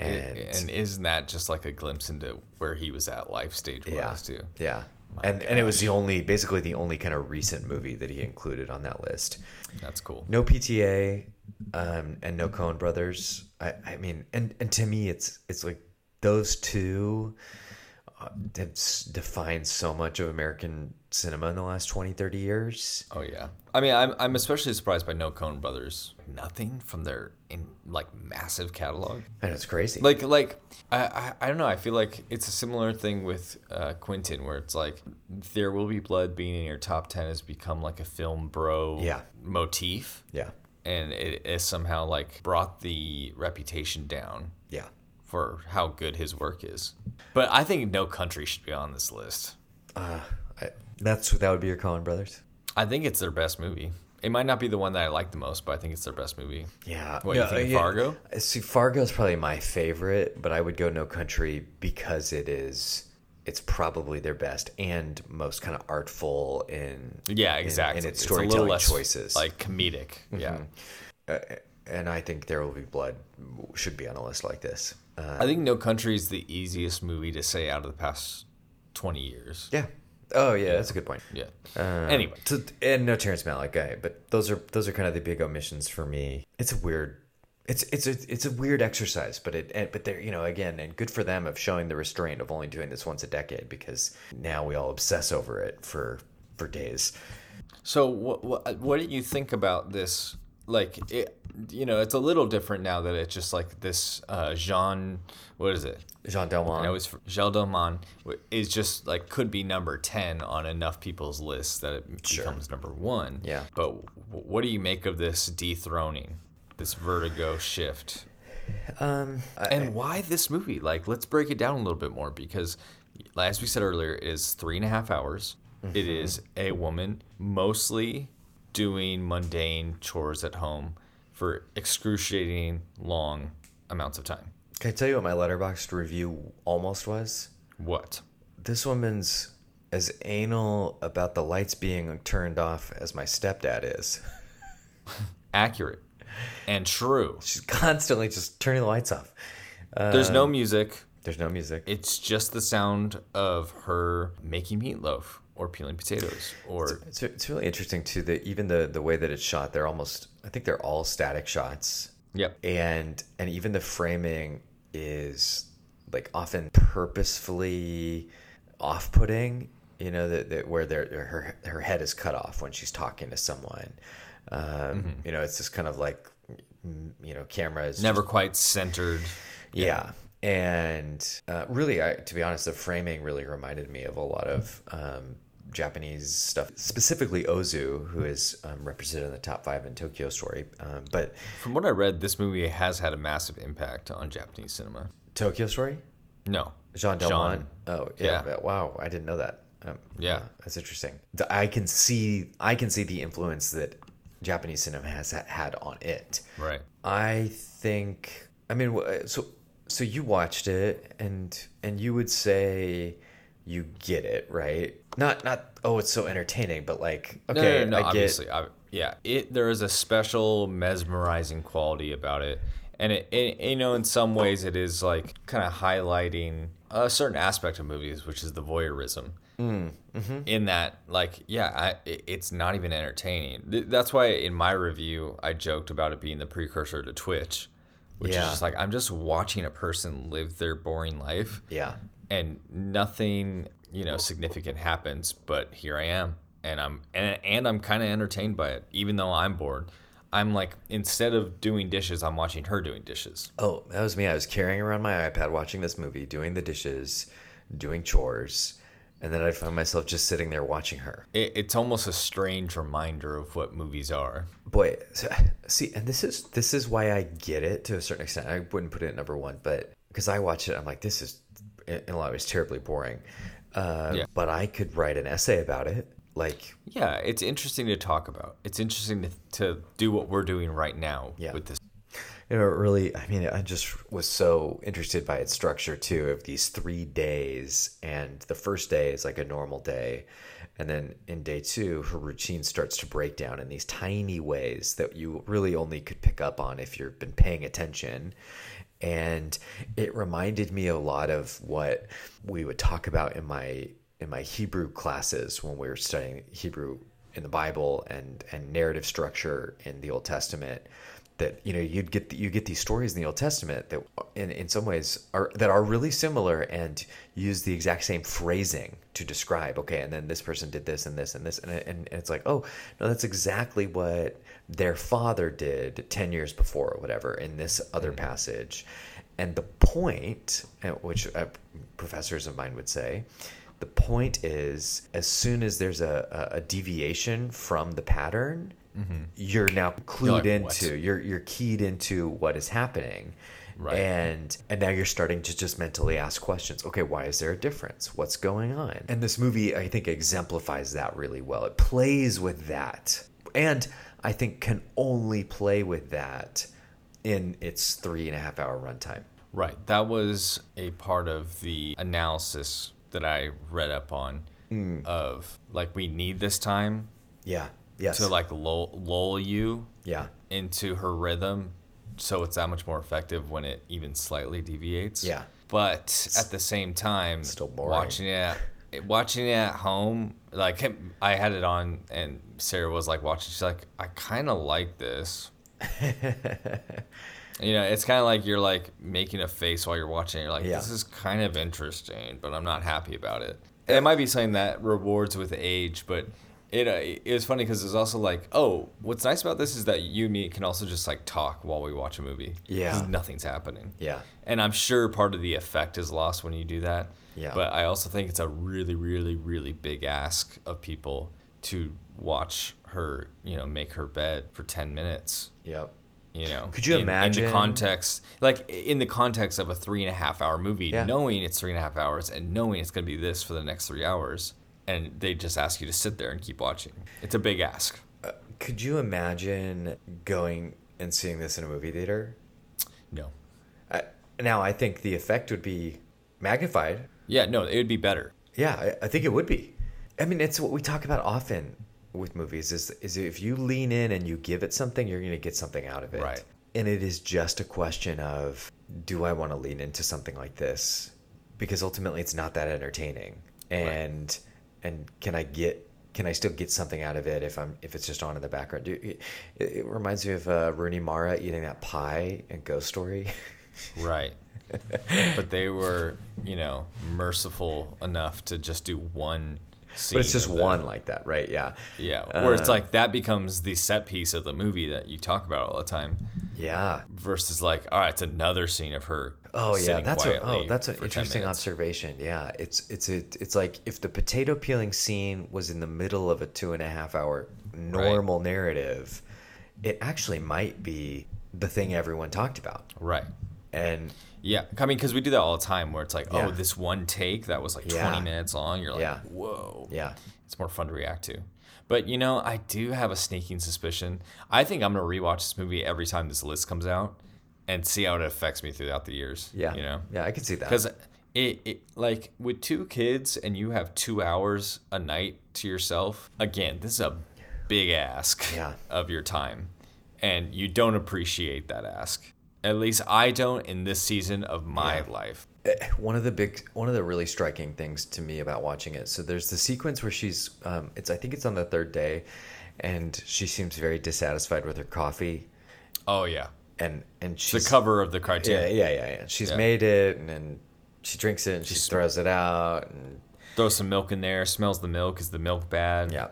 S2: And,
S3: And-
S2: and isn't that just like a glimpse into where he was at life stage wise too?
S3: Yeah. And, and it was the only, basically the only kind of recent movie that he included on that list.
S2: That's cool.
S3: No PTA, um, and no Cohen Brothers. I, I mean, and, and to me, it's it's like those two uh, have s- defined so much of American cinema in the last 20, 30 years.
S2: Oh yeah. I mean, I'm I'm especially surprised by No Cone Brothers. Nothing from their in like massive catalog.
S3: And it's crazy.
S2: like like I, I I don't know. I feel like it's a similar thing with uh, Quentin, where it's like "There Will Be Blood" being in your top ten has become like a film bro
S3: Yeah.
S2: motif,
S3: yeah.
S2: and it has somehow like brought the reputation down
S3: Yeah.
S2: for how good his work is. But I think No Country should be on this list.
S3: Uh, I, that's, that would be your Cohen Brothers.
S2: I think it's their best movie. It might not be the one that I like the most, but I think it's their best movie.
S3: Yeah.
S2: What, you think of Fargo?
S3: See, Fargo's probably my favorite, but I would go No Country because it is it's probably their best and most kind of artful in
S2: Yeah, exactly.
S3: in its
S2: a little
S3: storytelling
S2: less,
S3: choices. Mm-hmm.
S2: like comedic. Yeah.
S3: and I think There Will Be Blood should be on a list like this. Uh,
S2: I think No Country is the easiest movie to say out of the past 20 years.
S3: yeah. Oh yeah, Uh, that's a good point.
S2: Yeah. anyway,
S3: So, Um, and no Terrence Malick guy, but those are those are kind of the big omissions for me. It's a weird, it's it's a it's a weird exercise, but it and, but they're you know again and good for them of showing the restraint of only doing this once a decade because now we all obsess over it for for days.
S2: so what, what what did you think about this? Like, it, you know, it's a little different now that it's just like this uh, Jean, what is it?
S3: Jean
S2: I
S3: Delmont.
S2: know it's Jean Delmont is just like could be number 10 on enough people's lists that it becomes number one.
S3: Yeah.
S2: But w- what do you make of this dethroning, this vertigo shift?
S3: um, I,
S2: and why this movie? Like, let's break it down a little bit more because, as we said earlier, it is three and a half hours.
S3: Mm-hmm.
S2: It is a woman mostly doing mundane chores at home for excruciating long amounts of time.
S3: can I tell you what my letterboxed review almost was?
S2: What?
S3: This woman's as anal about the lights being turned off as my stepdad is.
S2: Accurate and true.
S3: She's *laughs* constantly just turning the lights off.
S2: There's no music.
S3: There's no music.
S2: It's just the sound of her making meatloaf or peeling potatoes or
S3: It's, it's really interesting too that even the the way that it's shot, they're almost I think they're all static shots,
S2: yep.
S3: and and even the framing is like often purposefully off-putting you know that, that where their her her head is cut off when she's talking to someone um, you know it's just kind of like mm, you know cameras
S2: Never quite centered.
S3: yeah. And uh, really, I, to be honest, the framing really reminded me of a lot of um, Japanese stuff, specifically Ozu, who is um, represented in the top five in Tokyo Story. Um, but
S2: From what I read, this movie has had a massive impact on Japanese cinema.
S3: Tokyo Story?
S2: No.
S3: Jean Delmont? Oh, yeah.
S2: Yeah.
S3: Wow, I didn't know that. Um,
S2: Yeah.
S3: That's interesting. The- I can see I can see the influence that Japanese cinema has ha- had on it.
S2: Right.
S3: I think. I mean, wh- so so you watched it, and and you would say you get it, right? Not not. Oh, it's so entertaining, but like,
S2: No,
S3: okay,
S2: no, no,
S3: I
S2: no,
S3: get.
S2: obviously. I, yeah. It there is a special mesmerizing quality about it. And it, it, you know, in some ways, it is like kind of highlighting a certain aspect of movies, which is the voyeurism.
S3: Mm, mm-hmm.
S2: In that, like, yeah, I, it- it's not even entertaining. Th- That's why in my review, I joked about it being the precursor to Twitch, which
S3: Yeah.
S2: is just like I'm just watching a person live their boring life.
S3: Yeah,
S2: and nothing you know significant happens but here i am and i'm and, and i'm kind of entertained by it even though i'm bored i'm like instead of doing dishes i'm watching her doing dishes
S3: Oh, that was me. I was carrying around my iPad, watching this movie, doing the dishes, doing chores, and then I found myself just sitting there watching her.
S2: it, it's almost a strange reminder of what movies are
S3: Boy, so- see, and this is this is why I get it to a certain extent. I wouldn't put it at number one, but because I watch it, I'm like, this is in a lot of ways terribly boring. Uh,
S2: Yeah.
S3: But I could write an essay about it. Like,
S2: yeah it's interesting to talk about it's interesting to, to do what we're doing right now
S3: Yeah.
S2: with this
S3: you know, it really, I mean, I just was so interested by its structure too of these three days. And the first day is like a normal day. And then in day two, her routine starts to break down in these tiny ways that you really only could pick up on if you've been paying attention. And it reminded me a lot of what we would talk about in my in my Hebrew classes when we were studying Hebrew in the Bible and and narrative structure in the Old Testament that you know you'd get you get these stories in the Old Testament that in in some ways are that are really similar and use the exact same phrasing to describe okay and then this person did this and this and this and, and, and it's like oh no that's exactly what their father did 10 years before or whatever in this other
S2: Mm-hmm.
S3: passage and the point uh, which uh, professors of mine would say the point is, as soon as there's a, a, a deviation from the pattern, you're now clued
S2: Mm-hmm. like,
S3: into,
S2: "What?"
S3: you're you're keyed into what is happening,
S2: Right.
S3: and and now you're starting to just mentally ask questions. Okay, why is there a difference? What's going on? And this movie, I think, exemplifies that really well. It plays with that, and I think can only play with that in its three and a half hour runtime.
S2: Right. That was a part of the analysis that I read up on of like we need this time
S3: Yeah. Yes.
S2: to like lull, lull you
S3: yeah.
S2: into her rhythm so it's that much more effective when it even slightly deviates.
S3: Yeah.
S2: But at the same time
S3: still boring.
S2: watching it at, it- watching it at home like I had it on and Sarah was like watching she's like I kind of like this. you know, it's kind of like you're like making a face while you're watching. it. You're like
S3: Yeah.
S2: this is kind of interesting, but I'm not happy about it. And it might be something that rewards with age, but it uh, it was funny because it's also like, oh, what's nice about this is that you and me can also just like talk while we watch a movie.
S3: Yeah.
S2: 'Cause nothing's happening.
S3: Yeah.
S2: and I'm sure part of the effect is lost when you do that.
S3: Yeah.
S2: but I also think it's a really, really, really big ask of people to watch her, you know, make her bed for ten minutes
S3: Yep.
S2: you know
S3: Could you
S2: in- in
S3: imagine-
S2: the context like in the context of a three and a half hour movie
S3: Yeah.
S2: knowing it's three and a half hours and knowing it's going to be this for the next three hours and they just ask you to sit there and keep watching it's a big ask
S3: Could you imagine going and seeing this in a movie theater?
S2: no
S3: I, now, I think the effect would be magnified.
S2: yeah no it would be better
S3: Yeah, I, I think it would be. I mean, it's what we talk about often with movies is is if you lean in and you give it something, you're going to get something out of it.
S2: Right.
S3: And it is just a question of do I want to lean into something like this? Because ultimately, it's not that entertaining. And and can I get can I still get something out of it if I'm if it's just on in the
S2: *laughs*
S3: background? Do, it, it reminds me of uh, Rooney Mara eating that pie in Ghost Story.
S2: Right. *laughs* but they were, you know, merciful enough to just do one scene.
S3: But it's just
S2: of the-
S3: one Uh. like that, right? Yeah.
S2: Yeah. Where it's like that becomes the set piece of the movie that you talk about all the time
S3: Yeah.
S2: versus like, all right, it's another scene of her.
S3: Oh yeah,
S2: sitting
S3: that's a, oh
S2: quietly
S3: that's an
S2: for 10
S3: interesting
S2: minutes.
S3: observation. Yeah, it's it's a, it's like if the potato peeling scene was in the middle of a two and a half hour normal narrative, it actually might be the thing everyone talked about.
S2: Right.
S3: And
S2: Yeah. I mean, because we do that all the time where it's like,
S3: Yeah.
S2: oh, this one take that was like 20
S3: Yeah.
S2: minutes long. You're like,
S3: Yeah.
S2: whoa.
S3: yeah,
S2: It's more fun to react to. But, you know, I do have a sneaking suspicion. I think I'm going to rewatch this movie every time this list comes out and see how it affects me throughout the years.
S3: yeah,
S2: You know?
S3: yeah, I can see that.
S2: because it, it like with two kids and you have two hours a night to yourself again this is a big ask
S3: Yeah.
S2: of your time and you don't appreciate that ask at least i don't in this season of my life
S3: Eh, one of the big one of the really striking things to me about watching it so there's the sequence where she's um, it's i think it's on the third day and she seems very dissatisfied with her coffee
S2: oh yeah
S3: and and
S2: the
S3: she's
S2: cover of the
S3: yeah
S2: criteria
S3: yeah yeah yeah she's made it and then she drinks it and she throws it out and
S2: throw some milk in there smells the milk is the milk bad
S3: yeah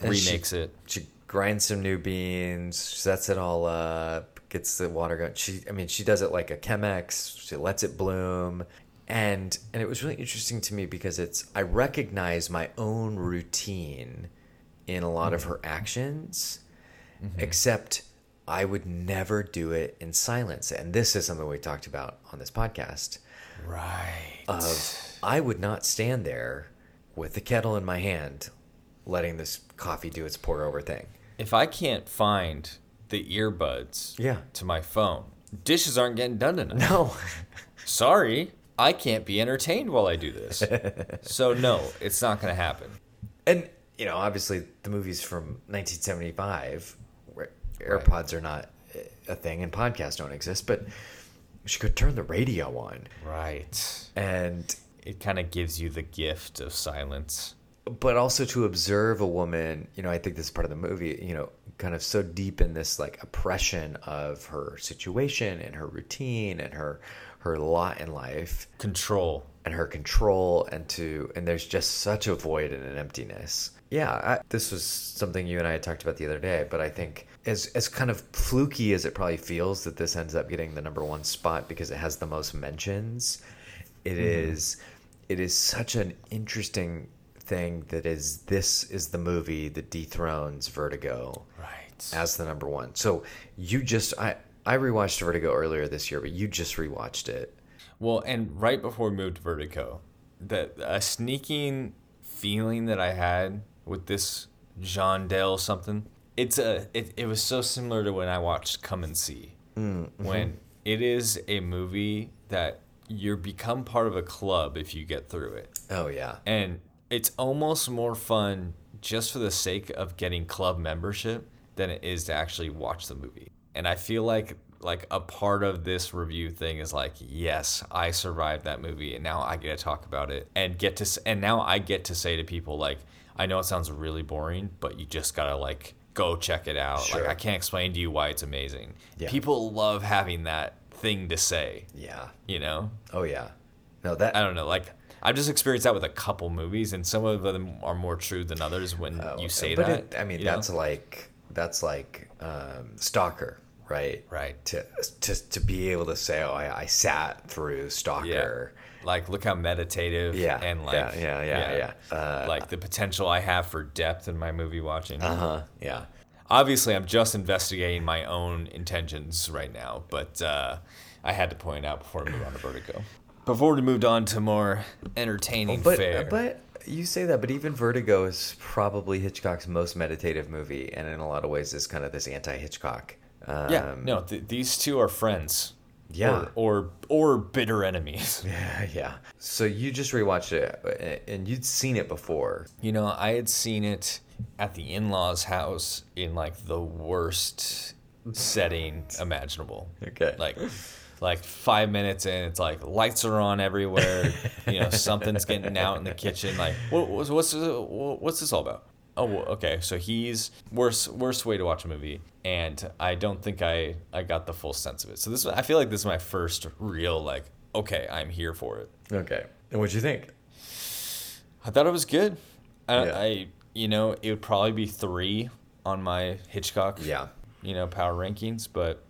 S3: And she-
S2: remakes it
S3: she grinds some new beans sets it all up gets the water going she i mean she does it like a chemex she lets it bloom and and it was really interesting to me because it's i recognize my own routine in a lot of her actions Mm-hmm. except i would never do it in silence and this is something we talked about on this podcast
S2: right
S3: of I would not stand there with the kettle in my hand, letting this coffee do its pour over thing. *laughs*
S2: if i can't find the earbuds
S3: Yeah.
S2: to my phone dishes aren't getting done tonight
S3: No,
S2: sorry, I can't be entertained while I do *laughs* this. so no, it's not going to happen.
S3: and you know, obviously the movie's from 1975, where AirPods are not a thing and podcasts don't exist, but she could turn the radio on
S2: Right.
S3: and
S2: It kind of gives you the gift of silence.
S3: but also to observe a woman, you know, I think this is part of the movie, you know, kind of so deep in this like oppression of her situation and her routine and her her lot in life
S2: Control.
S3: and her control and to and there's just such a void and an emptiness yeah I, this was something you and i had talked about the other day but i think as as kind of fluky as it probably feels that this ends up getting the number one spot because it has the most mentions it is it is such an interesting thing that is this is the movie that dethrones vertigo
S2: Right.
S3: as the number one so you just i i rewatched vertigo earlier this year but you just rewatched it
S2: Well, and right before we moved to Vertigo, that a sneaking feeling that I had with this Jean Dale something. It's a it, it was so similar to when I watched Come and See. When it is a movie that you become part of a club if you get through it.
S3: oh yeah
S2: And it's almost more fun just for the sake of getting club membership than it is to actually watch the movie. And I feel like like a part of this review thing is like, yes, I survived that movie and now I get to talk about it and get to s- and now I get to say to people like, I know it sounds really boring, but you just got to like go check it out.
S3: Sure.
S2: Like I can't explain to you why it's amazing. People love having that thing to say,
S3: yeah
S2: you know?
S3: Oh yeah, no that
S2: I don't know. Like I've just experienced that with a couple movies, and some of them are more true than others when you say
S3: Oh, but
S2: that.
S3: it- I mean,
S2: you know?
S3: that's like that's like um, Stalker, right?
S2: Right.
S3: To to to be able to say, oh, I, I sat through Stalker.
S2: like look how meditative
S3: Yeah,
S2: and like
S3: yeah, yeah, yeah, yeah.
S2: like the potential I have for depth in my movie watching.
S3: Uh huh. Yeah.
S2: Obviously, I'm just investigating my own intentions right now, but uh, I had to point out before we move on to Vertigo. Before we moved on to more entertaining
S3: Oh, But
S2: fare.
S3: but you say that, but even Vertigo is probably Hitchcock's most meditative movie, and in a lot of ways, is kind of this anti-Hitchcock. Um,
S2: yeah, no, th- these two are friends.
S3: Yeah.
S2: Or or, or bitter enemies.
S3: *laughs* yeah. So you just rewatched it, and you'd seen it before.
S2: You know, I had seen it at the in law's house in like the worst setting imaginable.
S3: Okay.
S2: Like, like five minutes in, it's like lights are on everywhere. you know, something's getting out in the kitchen. Like, what, what's what's what's this all about? oh, well, okay, so he's worst worst way to watch a movie, and I don't think I I got the full sense of it. So this I feel like this is my first real like okay, I'm here for it.
S3: Okay. And what'd you think?
S2: I thought it was good. I,
S3: Yeah.
S2: I you know it would probably be three on my Hitchcock
S3: Yeah.
S2: you know power rankings, but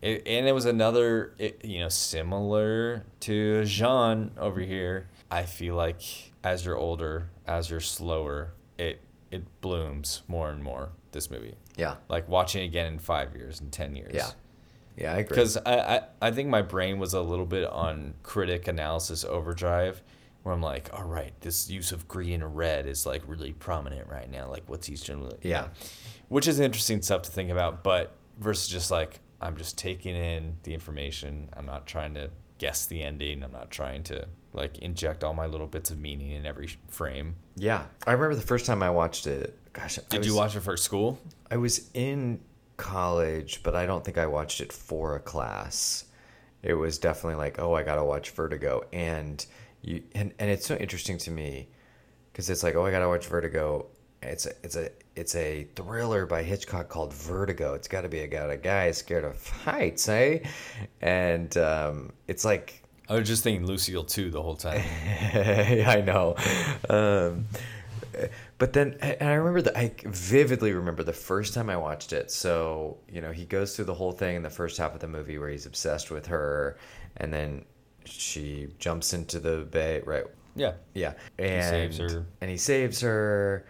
S2: it, and it was another it, you know similar to Jean over here. I feel like as you're older, as you're slower, it it blooms more and more. This movie,
S3: Yeah.
S2: like watching it again in five years and ten years,
S3: Yeah. Yeah, I agree.
S2: because I, I I think my brain was a little bit on critic analysis overdrive, where I'm like, all right, this use of green and red is like really prominent right now. Like, what's each generally?
S3: Yeah.
S2: which is interesting stuff to think about, but versus just like I'm just taking in the information. I'm not trying to guess the ending. I'm not trying to like inject all my little bits of meaning in every frame.
S3: Yeah. I remember the first time I watched it. Gosh, I
S2: Did
S3: was,
S2: you watch it for school?
S3: I was in college, but I don't think I watched it for a class. It was definitely like, oh, I gotta watch Vertigo, and you and and it's so interesting to me because it's like, oh, I gotta watch Vertigo. It's a, it's a it's a thriller by Hitchcock called Vertigo. It's got to be about a guy scared of heights, eh? And um, it's like
S2: I was just thinking Lucille too the whole
S3: *laughs*
S2: time.
S3: yeah, I know. Um, but then, and I remember the, I vividly remember the first time I watched it. So, you know, he goes through the whole thing in the first half of the movie where he's obsessed with her and then she jumps into the bay, right?
S2: Yeah.
S3: Yeah. And
S2: saves her.
S3: And he saves her.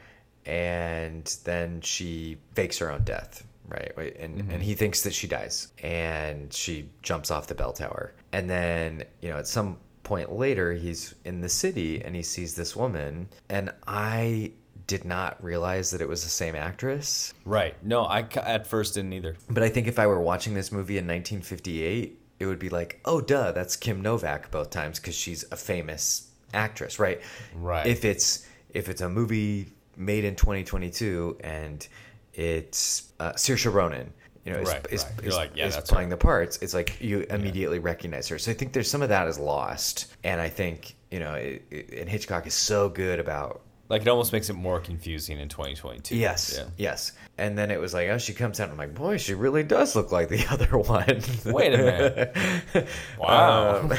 S3: And then she fakes her own death, right? Wait, And,
S2: Mm-hmm.
S3: and he thinks that she dies. And she jumps off the bell tower. And then, you know, at some point later, he's in the city and he sees this woman. And I did not realize that it was the same actress.
S2: Right. No, I ca- at first didn't either.
S3: But I think if I were watching this movie in 1958, it would be like, oh, duh, that's Kim Novak both times because she's a famous actress, right?
S2: Right.
S3: If it's if it's a movie made in 2022 and it's uh, Saoirse Ronan, you know, is,
S2: Right,
S3: is,
S2: right. You're
S3: is,
S2: like, yeah,
S3: is
S2: that's
S3: playing the parts, it's like you immediately recognize her. So I think there's some of that is lost, and I think you know, it, it, and Hitchcock is so good about
S2: Like it almost makes it more confusing in 2022.
S3: Yes.
S2: Yeah.
S3: Yes. And then it was like, oh, she comes out. I'm like, boy, she really does look like the *laughs* other one.
S2: Wait a
S3: *laughs* minute.
S2: Wow.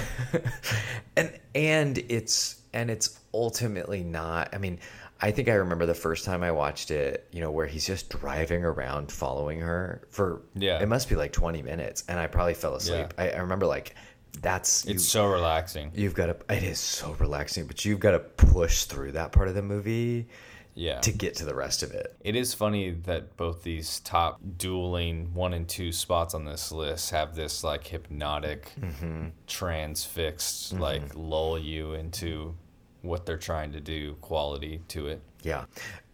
S3: *laughs* and and it's and it's ultimately not. I mean, I think I remember the first time I watched it. You know, where he's just driving around following her for
S2: Yeah.
S3: It must be like 20 minutes, and I probably fell asleep. I, I remember like that's you-
S2: It's so relaxing.
S3: you've got to. It is so relaxing, but you've got to push through that part of the movie
S2: Yeah.
S3: to get to the rest of it.
S2: It is funny that both these top dueling one and two spots on this list have this like hypnotic,
S3: Mm-hmm.
S2: transfixed, like lull you into what they're trying to do quality to it.
S3: Yeah,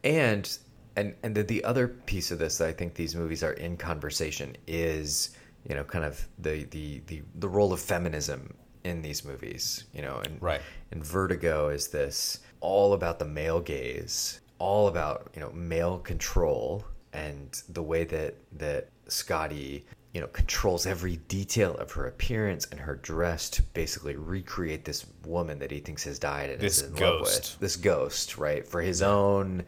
S3: and and and the, the other piece of this that I think these movies are in conversation is you know kind of the the the, the role of feminism in these movies. You know, and
S2: Right.
S3: and Vertigo is this all about the male gaze, all about you know male control and the way that that Scotty you know controls every detail of her appearance and her dress to basically recreate this woman that he thinks has died and
S2: This
S3: is in love with
S2: ghost.
S3: this ghost, right? For his own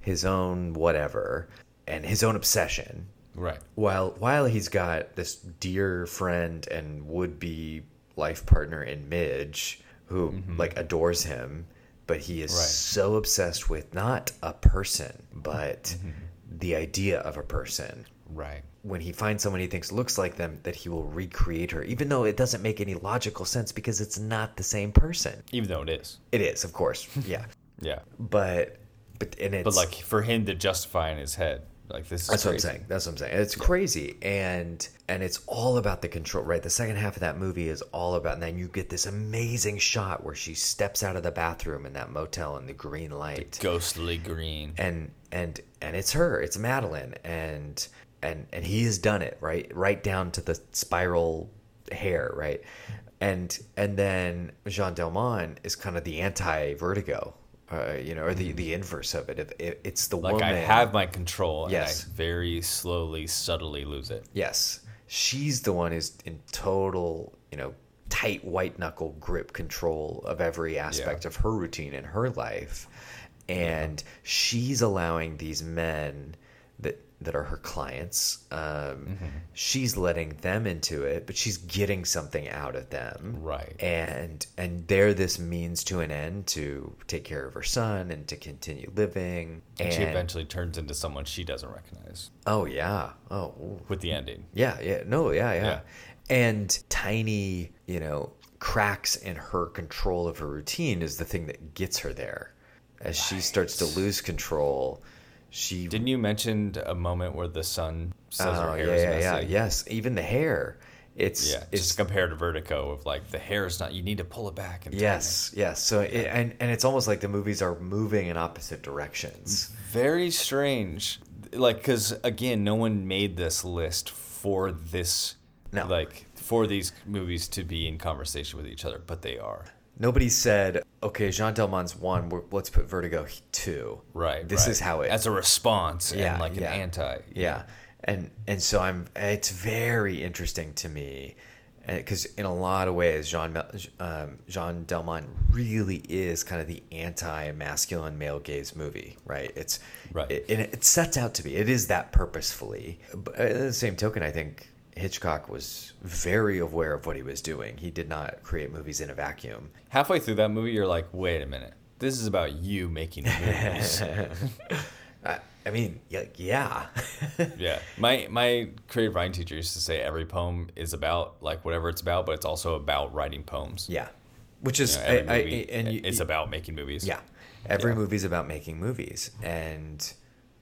S3: his own whatever and his own obsession.
S2: Right.
S3: While while he's got this dear friend and would be life partner in Midge who like adores him, but he is
S2: Mm-hmm. Right.
S3: so obsessed with not a person, but
S2: Mm-hmm.
S3: the idea of a person
S2: Right.
S3: when he finds someone he thinks looks like them that he will recreate her even though it doesn't make any logical sense because it's not the same person
S2: Even though it is.
S3: it is of
S2: *laughs*
S3: course yeah
S2: Yeah.
S3: but but and it's
S2: But like for him to justify in his head, like this is
S3: that's
S2: crazy.
S3: what I'm saying. That's what I'm saying. It's crazy, and and it's all about the control, right? The second half of that movie is all about, and then you get this amazing shot where she steps out of the bathroom in that motel in the green light,
S2: Ghostly green.
S3: and and and it's her, it's Madeline, and and and he has done it right, right down to the spiral hair, right, and and then Jean Delmont is kind of the anti Vertigo, uh, you know, or the the inverse of it. It, it it's the
S2: Mm-hmm. Like
S3: woman.
S2: I have my control
S3: Yes.
S2: and I very slowly, subtly lose it.
S3: Yes. She's the one who's in total, you know, tight white knuckle grip control of every aspect of her routine and her life. and she's allowing these men that that are her clients. Um,
S2: Mm-hmm.
S3: She's letting them into it, but she's getting something out of them,
S2: Right.
S3: And and they're this means to an end to take care of her son and to continue living. And,
S2: she eventually turns into someone she doesn't recognize
S3: oh yeah, oh ooh.
S2: with the ending.
S3: Yeah, yeah, no, yeah, yeah,
S2: Yeah.
S3: And tiny, you know, cracks in her control of her routine is the thing that gets her there. As she starts to lose control, she
S2: Didn't you mention a moment where the sun says
S3: Oh,
S2: her hair
S3: yeah,
S2: is
S3: yeah, yeah,
S2: messy?
S3: yes, even the hair. It's
S2: Yeah,
S3: it's
S2: just compared to Vertigo of like the hair is not. You need to pull it back. And tighten
S3: yes, yes. So it, and and it's almost like the movies are moving in opposite directions.
S2: it. very strange. Like, because again, no one made this list for this.
S3: No.
S2: Like for these movies to be in conversation with each other, but they are.
S3: Nobody said, "Okay, Jean Delmont's one. We're, let's put Vertigo two.
S2: Right.
S3: This
S2: right.
S3: is how it
S2: as a response
S3: Yeah,
S2: and like
S3: yeah.
S2: an anti.
S3: yeah and and so i'm it's very interesting to me because in a lot of ways jean Mel- um, jean delmont really is kind of the anti-masculine male gaze movie right it's
S2: Right.
S3: it, and it sets out to be it is that purposefully but at the same token i think hitchcock was very aware of what he was doing he did not create movies in a vacuum
S2: Halfway through that movie, you're like, wait a minute. This is about you making
S3: *laughs*
S2: movies.
S3: i, I mean yeah, yeah. *laughs*
S2: yeah. My my creative writing teacher used to say every poem is about like whatever it's about, but it's also about writing poems.
S3: yeah which is
S2: Every
S3: I, I,
S2: movie
S3: and you,
S2: is about making movies.
S3: Yeah, every movie's about making movies, and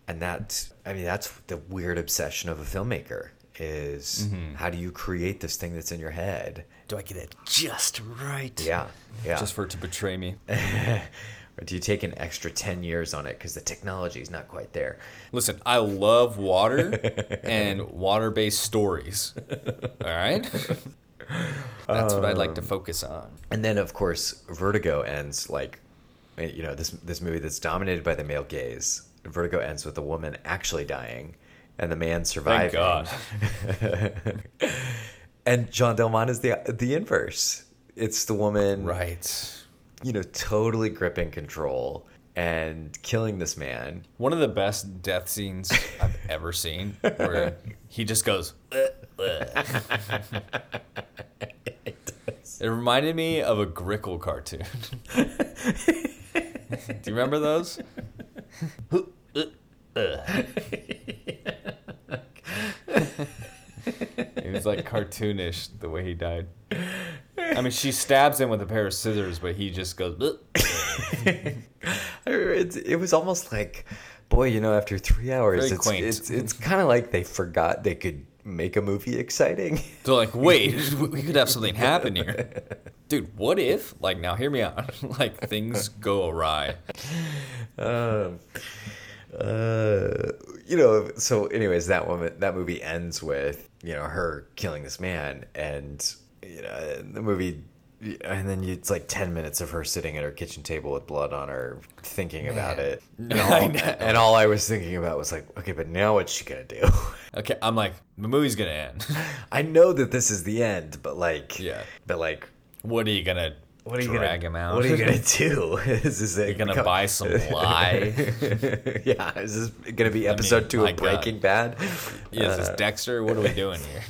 S3: and that I mean that's the weird obsession of a filmmaker is
S2: Mm-hmm.
S3: how do you create this thing that's in your head?
S2: Do I get it just right?
S3: Yeah, yeah.
S2: Just for it to betray
S3: *laughs*
S2: me.
S3: or do you take an extra ten years on it because the technology is not quite there?
S2: Listen, I love
S3: *laughs*
S2: water and water based stories. All
S3: *laughs*
S2: right? That's what I'd like
S3: Um,
S2: to focus on.
S3: And then of course Vertigo ends like eh, you know this this movie that's dominated by the male gaze. Vertigo ends with the woman actually dying and the man surviving.
S2: Thank God.
S3: And John Delmont is the the inverse. It's the woman
S2: Right.
S3: you know, totally gripping control and killing
S2: *laughs*
S3: this man.
S2: One of the best death scenes
S3: *laughs*
S2: I've ever seen, where he just goes. "Ugh, ugh." it reminded me of a Grickle cartoon. *laughs* Do you remember those? It was like cartoonish the way he died. I mean,
S3: *laughs*
S2: she stabs him with a pair of scissors, but he just goes. "Ugh."
S3: It, it was almost like, boy, you know, after three hours,
S2: Very
S3: it's,
S2: quaint.
S3: it's it's kind of like they forgot they could make a movie exciting. *laughs*
S2: They're like, wait, *laughs* we could have something happen here. Dude, what if? Like, now hear me out. *laughs* like, things go awry.
S3: Um, uh, you know, so anyways, that woman, that movie ends with you know her killing this man, and you know the movie. And then you, it's like ten minutes of her sitting at her kitchen table with blood on her, thinking about it. And
S2: *laughs*
S3: all,
S2: I know.
S3: and all I was thinking about was like, okay, but now what's she gonna do? *laughs*
S2: Okay, I'm like, the movie's gonna end. *laughs*
S3: I know that this is the end, but like,
S2: Yeah.
S3: but like,
S2: What are you gonna
S3: what are you
S2: drag
S3: gonna,
S2: him out?
S3: What are you
S2: *laughs*
S3: gonna do? *laughs* is this
S2: You're gonna buy some
S3: *laughs*
S2: lie?
S3: yeah, is this gonna be episode two
S2: my
S3: of Breaking Bad?
S2: Yeah, is this
S3: Uh,
S2: Dexter? What are we doing here?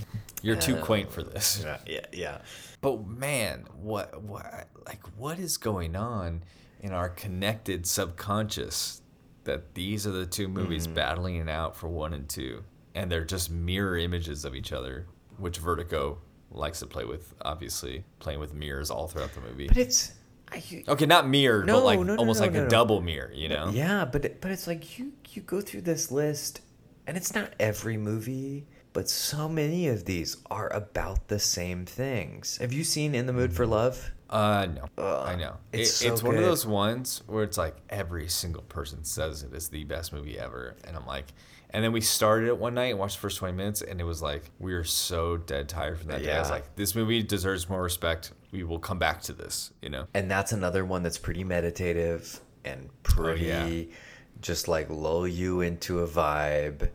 S2: You're too quaint for this.
S3: Uh, yeah, yeah,
S2: But man, what, what, like, what is going on in our connected subconscious that these are the two movies battling it out for one and two, and they're just mirror images of each other, which Vertigo likes to play with, obviously playing with mirrors all throughout the movie.
S3: but it's, I, you-
S2: Okay, not mirror,
S3: No,
S2: but like
S3: no, no,
S2: almost
S3: no,
S2: like
S3: no,
S2: a
S3: no.
S2: double mirror, you know?
S3: yeah, but it- but it's like you you go through this list, and it's not every movie, but so many of these are about the same things. Have you seen In the Mood for Love?
S2: Uh, no, I know.
S3: it's
S2: It's,
S3: so
S2: it's one of
S3: good.
S2: those ones where it's like every single person says it is the best movie ever, and I'm like, and then we started it one night and watched the first 20 minutes, and it was like we were so dead tired from that day. I was
S3: Yeah.
S2: like, this movie deserves more respect. We will come back to this, you know.
S3: And that's another one that's pretty meditative and pretty,
S2: Oh, yeah.
S3: just like lull you into a vibe.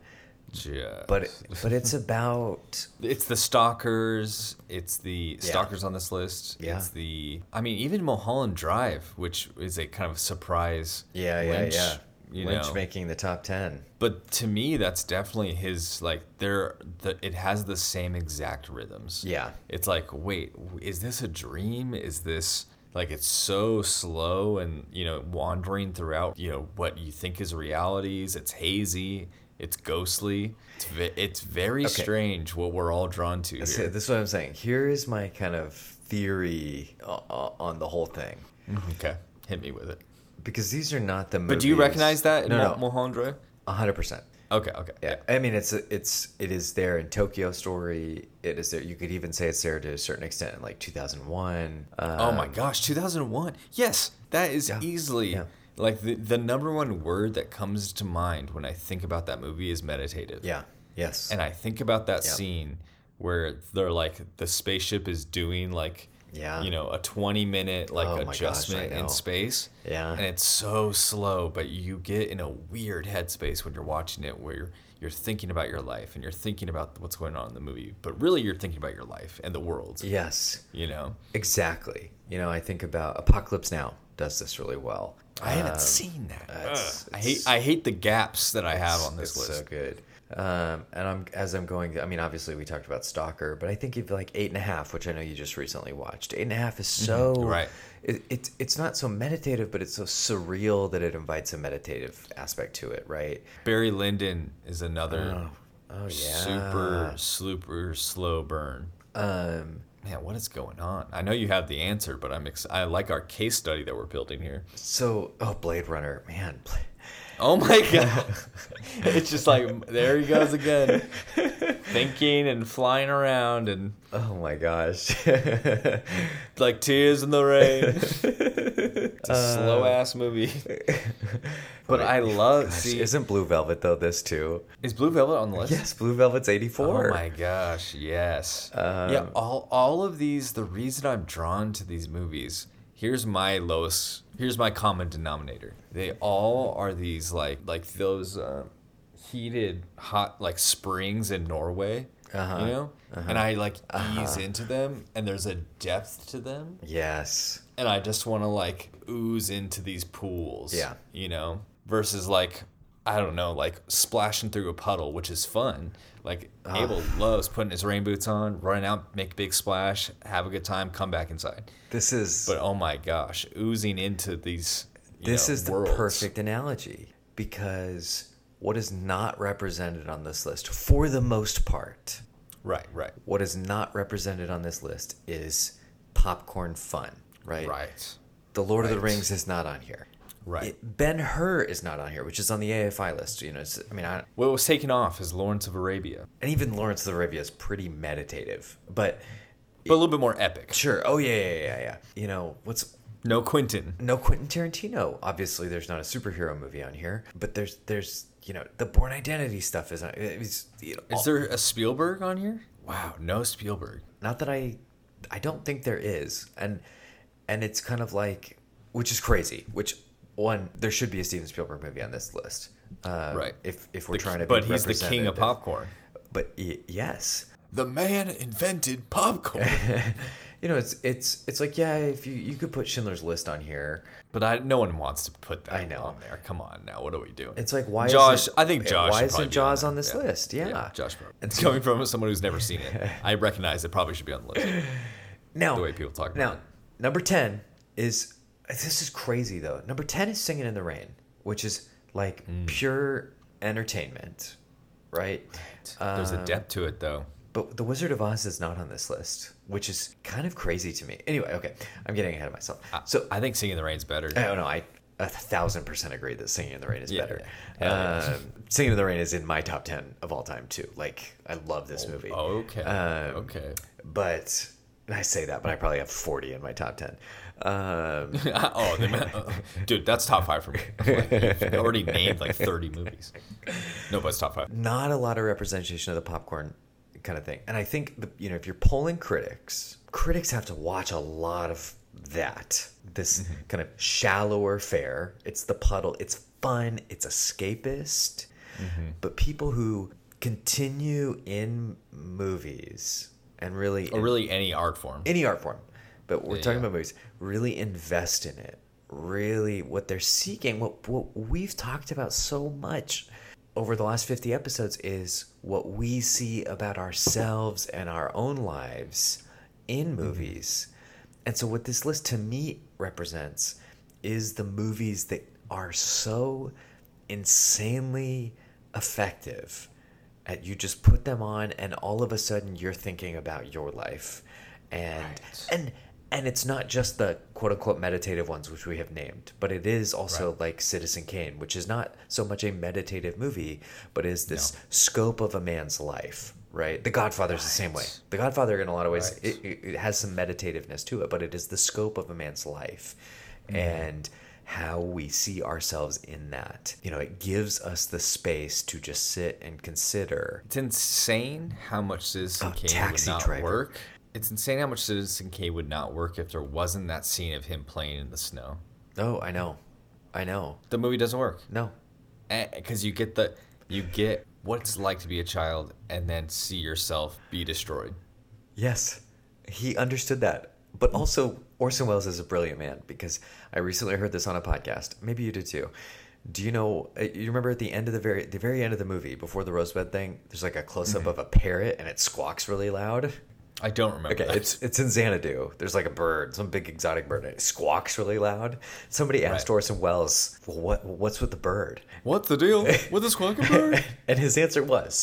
S2: Just.
S3: but it- but it's about
S2: It's the stalkers. It's the stalkers on this list.
S3: Yeah.
S2: It's the. I mean, even Mulholland Drive, which is a kind of surprise.
S3: yeah yeah
S2: Lynch,
S3: yeah
S2: You
S3: Lynch
S2: know.
S3: making the top ten.
S2: but to me, that's definitely his. Like there, the, it has the same exact rhythms.
S3: Yeah.
S2: It's like, wait, is this a dream? Is this like it's so slow and you know wandering throughout you know what you think is realities? It's hazy. It's ghostly. It's, ve- it's very strange what we're all drawn to here.
S3: So this is what I'm saying. Here is my kind of theory o- o- on the whole thing.
S2: Okay, hit me with it.
S3: because these are not the movies.
S2: But do you recognize that in
S3: No,
S2: no,
S3: no, hundred percent.
S2: Okay, okay.
S3: Yeah, I mean it's it's it is there in Tokyo Story. It is there. You could even say it's there to a certain extent in like two thousand one. Uh,
S2: Oh my gosh, 2001. Yes, that is easily
S3: yeah.
S2: like the, the number one word that comes to mind when I think about that movie is meditative.
S3: yeah. Yes.
S2: And I think about that scene where they're like the spaceship is doing like
S3: Yeah.
S2: you know, a 20 minute like
S3: Oh my gosh, I
S2: adjustment
S3: know.
S2: in space.
S3: Yeah.
S2: And it's so slow, but you get in a weird headspace when you're watching it where you're, you're thinking about your life and you're thinking about what's going on in the movie, but really you're thinking about your life and the world,
S3: yes.
S2: you know.
S3: Exactly. You know, I think about Apocalypse Now does this really well.
S2: I haven't seen that.
S3: it's-
S2: Ugh. Um, uh, I hate I hate the gaps that I have on this
S3: It's
S2: list.
S3: so good. Um, and I'm as I'm going. I mean, obviously we talked about Stalker, but I think if like eight and a half, which I know you just recently watched, eight and a half is so
S2: Mm-hmm. right.
S3: It, it's it's not so meditative, but it's so surreal that it invites a meditative aspect to it, right?
S2: Barry Lyndon is another
S3: Oh yeah,
S2: super super slow burn.
S3: Um,
S2: Man, what is going on? I know you have the answer, but I'm ex- I like our case study that we're building here.
S3: so oh, Blade Runner, man. Bla-
S2: Oh *laughs* my god. it's just like there he goes again. Thinking and flying around and
S3: Oh my gosh. *laughs*
S2: like tears in the rain. it's a slow ass movie. but I love see is,
S3: Isn't Blue Velvet though this too?
S2: Blue Velvet on the list?
S3: Yes, Blue Velvet's eighty four.
S2: Oh my gosh, yes. yeah, all all of these. The reason I'm drawn to these movies. Here's my lowest. Here's my common denominator. They all are these like like those uh, heated hot like springs in Norway. You know, and I like ease into them, and there's a depth to them,
S3: Yes.
S2: and I just want to like ooze into these pools.
S3: Yeah.
S2: You know, versus like I don't know, like splashing through a puddle, which is fun. Like Abel loves putting his rain boots on, running out, make a big splash, have a good time, come back inside.
S3: This is
S2: But oh my gosh, oozing into these. you
S3: this
S2: know,
S3: is the
S2: worlds.
S3: perfect analogy because what is not represented on this list for the most part
S2: Right, right,
S3: what is not represented on this list is popcorn fun right
S2: right,
S3: the lord of the rings is not on here
S2: right.
S3: ben hur is not on here which is on the afi list you know it's, i mean I,
S2: what was taken off is Lawrence of Arabia,
S3: and even lawrence of arabia is pretty meditative but
S2: but a little bit more epic.
S3: sure oh yeah yeah yeah yeah you know what's
S2: No Quentin.
S3: no Quentin Tarantino. Obviously, there's not a superhero movie on here, but there's there's you know the Born Identity stuff is on. It's, you know,
S2: Is there a Spielberg on here? Wow, no Spielberg.
S3: not that I I don't think there is, and and it's kind of like which is crazy. Which one there should be a Steven Spielberg movie on this list, uh,
S2: Right.
S3: If if we're trying to,
S2: But
S3: be
S2: he's the king of
S3: representative.
S2: popcorn.
S3: But y- yes,
S2: The man invented popcorn.
S3: you know it's it's it's like yeah, if you you could put Schindler's List on here,
S2: *laughs* but I, no one wants to put that
S3: I know.
S2: on there. Come on now, what are we doing?
S3: it's like why
S2: Josh.
S3: Isn't,
S2: I think Josh.
S3: Why
S2: should probably
S3: isn't
S2: be
S3: Jaws
S2: there.
S3: on, this
S2: Yeah.
S3: list? Yeah,
S2: Josh. Probably. It's coming from someone who's never seen
S3: *laughs*
S2: it. I recognize it probably should be on the list. *laughs*
S3: now
S2: The way people talk about
S3: now
S2: it.
S3: number 10 is this is crazy though number 10 is singing in the rain which is like
S2: Hmm.
S3: pure entertainment right Um,
S2: There's a depth to it though.
S3: but the wizard of oz is not on this list which is kind of crazy to me anyway okay i'm getting ahead of myself so
S2: I think Singing in the Rain's better.
S3: I don't know. I a thousand percent agree that Singing in the Rain is
S2: Yeah,
S3: better.
S2: yeah. Hell yeah.
S3: Um, Singing in the Rain is in my top ten of all time too. Like I love this movie.
S2: Oh, okay.
S3: Um,
S2: okay. *laughs*
S3: But and I say that, but I probably have forty in my top ten. Um,
S2: *laughs* oh, they meant, uh, dude, that's top five for me. Like, *laughs* you've already named like 30 movies. No, but it's top
S3: *laughs*
S2: five.
S3: not a lot of representation of the popcorn kind of thing. And I think the, you know if you're polling critics, critics have to watch a lot of that. This kind of shallower fare. It's the puddle. It's fun. It's escapist. But people who continue in movies and really
S2: or Oh, really any art form.
S3: any art form, but we're
S2: Yeah,
S3: talking
S2: yeah.
S3: about movies. Really invest in it. Really, what they're seeking, what what we've talked about so much over the last fifty episodes is what we see about ourselves and our own lives in
S2: Mm-hmm.
S3: movies. And so, what this list to me represents is the movies that are so insanely effective and you just put them on and all of a sudden you're thinking about your life and
S2: Right.
S3: and and it's not just the quote unquote meditative ones which we have named but it is also
S2: Right.
S3: like citizen kane which is not so much a meditative movie but is this
S2: No.
S3: scope of a man's life right the godfather's the same way
S2: Right.
S3: the godfather in a lot of ways
S2: Right.
S3: it, it, it has some meditativeness to it but it is the scope of a man's life
S2: Mm-hmm.
S3: and how we see ourselves in that you know it gives us the space to just sit and consider
S2: It's insane how much Citizen
S3: Oh,
S2: Kane would
S3: Taxi
S2: not
S3: Driver.
S2: work. It's insane how much Citizen Kane would not work if there wasn't that scene of him playing in the snow.
S3: Oh, I know. I know.
S2: The movie doesn't work.
S3: No.
S2: because you get the you get what it's like to be a child and then see yourself be destroyed.
S3: Yes. He understood that. But also, Orson Welles is a brilliant man because I recently heard this on a podcast. Maybe you did too. Do you know? uh, You remember at the end of the very, the very end of the movie, before the rosebud thing, there's like a close
S2: Mm-hmm.
S3: up of a parrot and it squawks really loud.
S2: I don't remember.
S3: Okay,
S2: that.
S3: it's it's in Xanadu. There's like a bird, some big exotic bird. And it squawks really loud. Somebody asked
S2: Right.
S3: Orson Welles, "Well, what what's with the bird?"
S2: *laughs* what's the deal with this quacking bird?
S3: *laughs* and his answer was,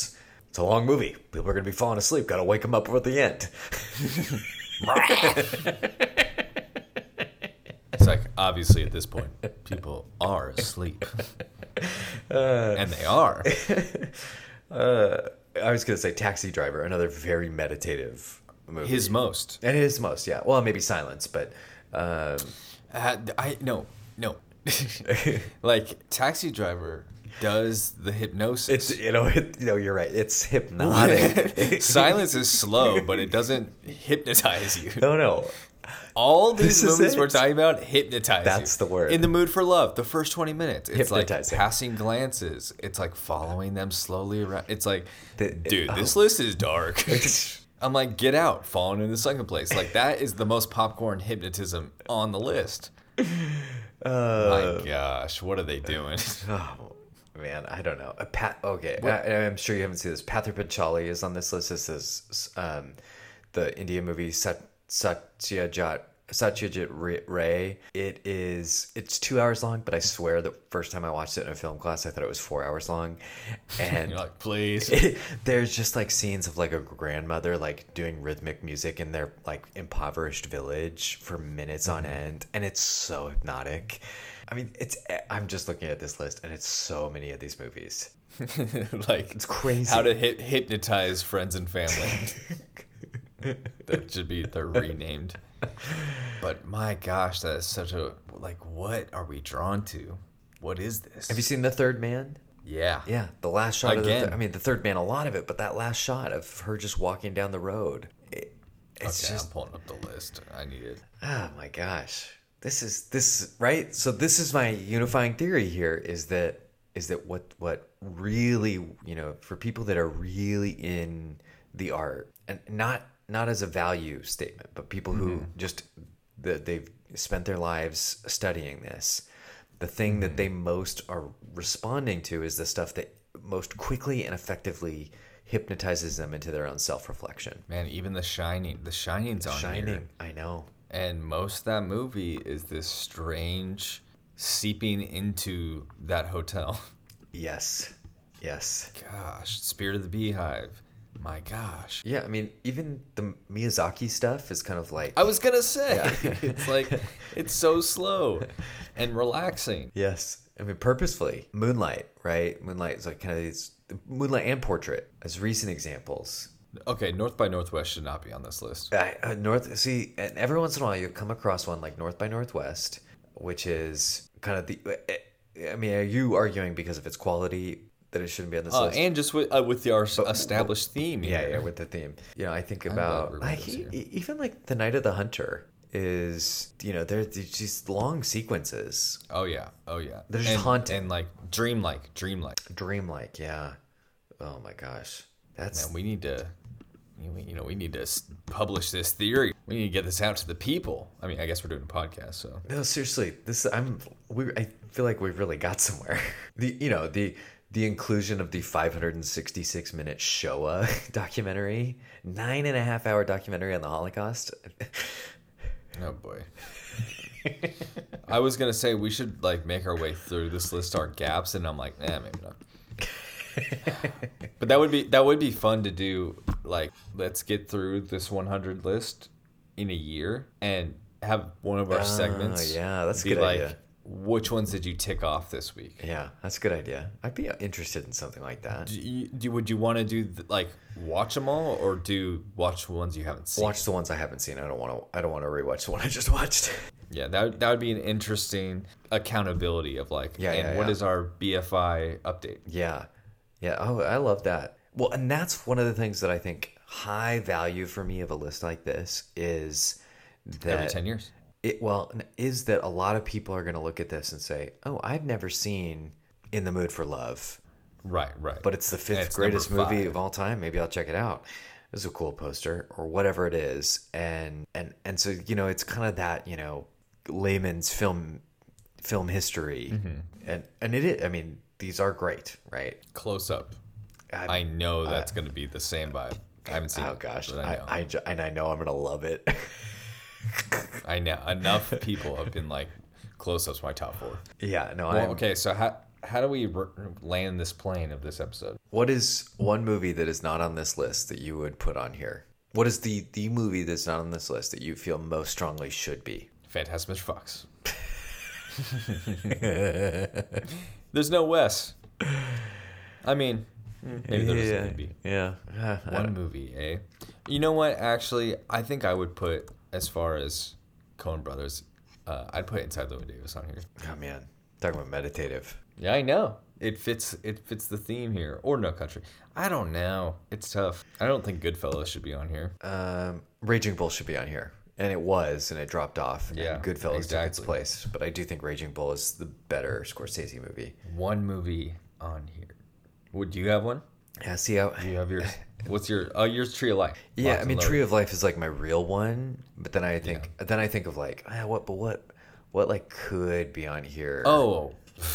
S3: "It's a long movie. People are going to be falling asleep. Got to wake them up at the end."
S2: It's like obviously at this point people are
S3: *laughs*
S2: asleep, and they are.
S3: Uh, I was going to say Taxi Driver, another very meditative movie.
S2: His most.
S3: and his most, yeah. Well, maybe Silence, but um,
S2: Uh, I no no. *laughs* like Taxi Driver does the hypnosis.
S3: it's you know it, you know you're right. It's
S2: *laughs*
S3: hypnotic.
S2: Silence is slow, but it doesn't hypnotize you.
S3: *laughs* no, no. *laughs*
S2: All these
S3: This is
S2: movies
S3: it.
S2: we're talking about hypnotize. you.
S3: That's the word.
S2: In the mood for love, the first twenty minutes, it's like
S3: Hypnotizing.
S2: passing glances. It's like following them slowly around. It's like,
S3: The- oh.
S2: dude, this list is
S3: *laughs*
S2: dark. *laughs* I'm like, get out, falling in the second place. Like that is the most popcorn hypnotism on the list.
S3: Uh,
S2: My gosh, what are they doing? *laughs*
S3: Oh man, I don't know. A Pat. Okay, I, I'm sure you haven't seen this. Pather Panchali is on this list. This is um, the Indian movie Sat- Satyajit Satyajit Re- Ray. It is. It's two hours long, but I swear the first time I watched it in a film class, I thought it was four hours long,
S2: *laughs*
S3: and.
S2: You're like, please. *laughs*
S3: *laughs* There's just like scenes of like a grandmother like doing rhythmic music in their like impoverished village for minutes on end, and it's so hypnotic. I mean, it's eh, I'm just looking at this list, and it's so many of these movies.
S2: like it's
S3: crazy.
S2: how to hip- hypnotize friends and
S3: *laughs*
S2: family. that should be they're renamed. But my gosh, that is such a like. What are we drawn to? What is this?
S3: Have you seen The Third Man?
S2: yeah,
S3: Yeah, the last shot of the
S2: Again.
S3: thir- I mean, The Third Man, a lot of it, but that last shot of her just walking down the road. It, it's
S2: Okay,
S3: just
S2: I'm pulling up the list. I need it.
S3: Oh my gosh. This is this right? So this is my unifying theory here is that is that what what really, you know, for people that are really in the art and not not as a value statement, but people who
S2: Mm-hmm.
S3: just that they've spent their lives studying this. The thing that they
S2: Mm-hmm.
S3: most are responding to is the stuff that most quickly and effectively hypnotizes them into their own self-reflection.
S2: Man, even the Shining. The Shining's on
S3: Shining,
S2: here,
S3: I know.
S2: and most of that movie is this strange seeping into that hotel. *laughs*
S3: Yes. Yes.
S2: Gosh, Spirit of the Beehive. My gosh.
S3: Yeah, I mean, even the Miyazaki stuff is kind of like
S2: I was gonna say *laughs* it's like it's so slow and relaxing.
S3: yes, I mean, purposefully Moonlight, right? Moonlight is like kind of these Moonlight and Portrait as recent examples.
S2: Okay, North by Northwest should not be on this list.
S3: I, uh, North, see, and every once in a while you come across one like North by Northwest, which is kind of the. uh, I mean, are you arguing because of its quality that it shouldn't be on this
S2: Uh,
S3: list?
S2: and just with, uh, with the our s- established theme.
S3: yeah,
S2: here.
S3: yeah, with the theme. You know, I think
S2: glad
S3: about
S2: we're
S3: like,
S2: with this
S3: e-
S2: here.
S3: e- even like the Night of the Hunter is you know there there's these long sequences
S2: Oh yeah. Oh yeah.
S3: They're just
S2: And-
S3: haunting.
S2: and like dreamlike, dreamlike.
S3: dreamlike yeah Oh my gosh. That's
S2: And we need to, you know, we need to s- publish this theory. We need to get this out to the people. I mean, I guess we're doing a podcast, so
S3: No, seriously, this I'm we I feel like we really got somewhere. *laughs* The you know, the the inclusion of the 566 minute Shoah *laughs* documentary, nine and a half hour documentary on the Holocaust.
S2: oh boy. *laughs* I was gonna say we should like make our way through this list, our gaps, and I'm like, eh, maybe
S3: *laughs*
S2: not. but that would be that would be fun to do. Like, let's get through this 100 list in a year and have one of our segments.
S3: Ah, Oh, yeah, that's a
S2: be
S3: good
S2: like,
S3: idea.
S2: which ones did you tick off this week?
S3: Yeah, that's a good idea. I'd be interested in something like that.
S2: Do you, do, would you want to do th- like watch them all or do watch ones you haven't seen?
S3: Watch the ones I haven't seen. I don't want to I don't want to rewatch the one I just watched.
S2: Yeah, that would- that would be an interesting accountability of like,
S3: Yeah,
S2: and
S3: yeah,
S2: what
S3: yeah.
S2: is our BFI update?
S3: Yeah. Yeah. Oh, I love that. Well, and that's one of the things that I think high value for me of a list like this is that
S2: Every ten years.
S3: it well n- is that a lot of people are going to look at this and say, "Oh, I've never seen In the Mood for Love,
S2: Right, right.
S3: but it's the fifth
S2: it's number
S3: greatest movie
S2: five.
S3: of all time. Maybe I'll check it out." It's a cool poster or whatever it is, and and and so you know, it's kind of that you know layman's film film history,
S2: Mm-hmm.
S3: and and it is. I mean, these are great, right?
S2: close up.
S3: I-
S2: I,
S3: Uh,
S2: know that's going to be the same vibe. I haven't seen.
S3: Oh
S2: it,
S3: gosh,
S2: but
S3: I,
S2: know.
S3: I, ju- and I know I'm gonna love it. *laughs*
S2: I know enough people have been like, close up's my top four.
S3: yeah, no,
S2: Well,
S3: *laughs* I'm,
S2: okay, so how how do we r- land this plane of this episode?
S3: What is one movie that is not on this list that you would put on here? What is the the movie that's not on this list that you feel most strongly should be?
S2: Fantastic Mr.
S3: *laughs*
S2: Fox. There's no Wes. I mean, maybe there doesn't need to be
S3: *laughs* yeah. Uh, I
S2: one movie, eh? You know what? Actually, I think I would put as far as Coen Brothers, uh, I'd put Inside Llewyn Davis on here.
S3: don't- oh man, talking about meditative.
S2: Yeah, I know. It fits. It fits the theme here, or No Country. I don't know. It's tough. I don't think Goodfellas should be on here.
S3: Um, Raging Bull should be on here, and it was, and it dropped off. and
S2: Yeah,
S3: Goodfellas took its
S2: exactly.
S3: place, but I do think Raging Bull is the better Scorsese movie.
S2: One movie on here. Would you have one?
S3: Yeah, see how.
S2: You have yours. *laughs* What's your? Oh, yours. Tree of Life.
S3: Yeah,
S2: Locked
S3: I
S2: and
S3: mean,
S2: loaded.
S3: Tree of Life is like my real one, but then I think then I think of like ah, what, but what, what like could be on here?
S2: Oh, *sighs*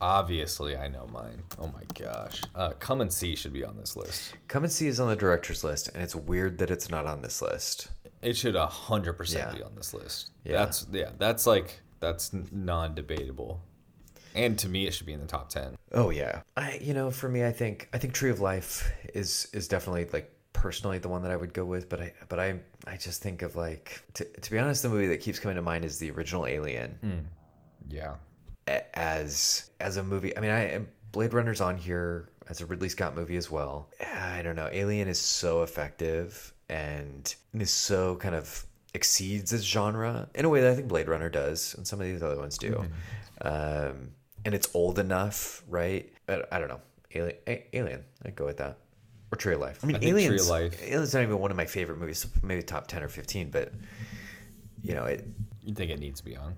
S2: obviously I know mine. Oh my gosh. Uh, Come and See should be on this list.
S3: Come and See is on the director's list, and it's weird that it's not on this list.
S2: It should hundred percent
S3: Yeah.
S2: be on this list. That's yeah. That's like that's n- non-debatable. And to me, it should be in the top ten.
S3: Oh yeah, I you know for me, I think I think Tree of Life is is definitely like personally the one that I would go with, but I but I I just think of like to, to be honest, the movie that keeps coming to mind is the original Alien
S2: Yeah.
S3: a- as as a movie. I mean, I Blade Runner's on here as a Ridley Scott movie as well. I don't know. Alien is so effective and is so kind of exceeds its genre in a way that I think Blade Runner does, and some of these other ones do.
S2: Mm-hmm.
S3: Um, and it's old enough, right? I, I don't know. Alien, A- Alien. I'd go with that. Or Tree of Life. I mean,
S2: think Tree of
S3: Alien's,
S2: Life-
S3: Alien's not even one of my favorite movies, maybe top 10 or 15, but, you know, it,
S2: You think it needs to be on?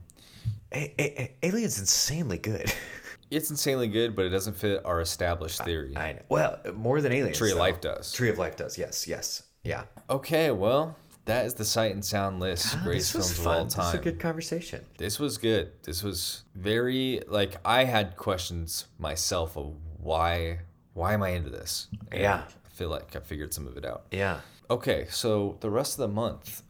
S3: A- A- A- Alien's insanely good. *laughs*
S2: It's insanely good, but it doesn't fit our established theory.
S3: I know. Well, more than aliens.
S2: Tree of
S3: though.
S2: Life does.
S3: Tree of Life does. Yes. Yes. Yeah. Ah,
S2: Okay, well, that is the sight and sound list. greatest films of all
S3: This was
S2: time.
S3: a good conversation.
S2: This was good. This was very like I had questions myself of why why am I into this? And
S3: Yeah.
S2: I feel like I figured some of it out.
S3: Yeah.
S2: Okay, so the rest of the month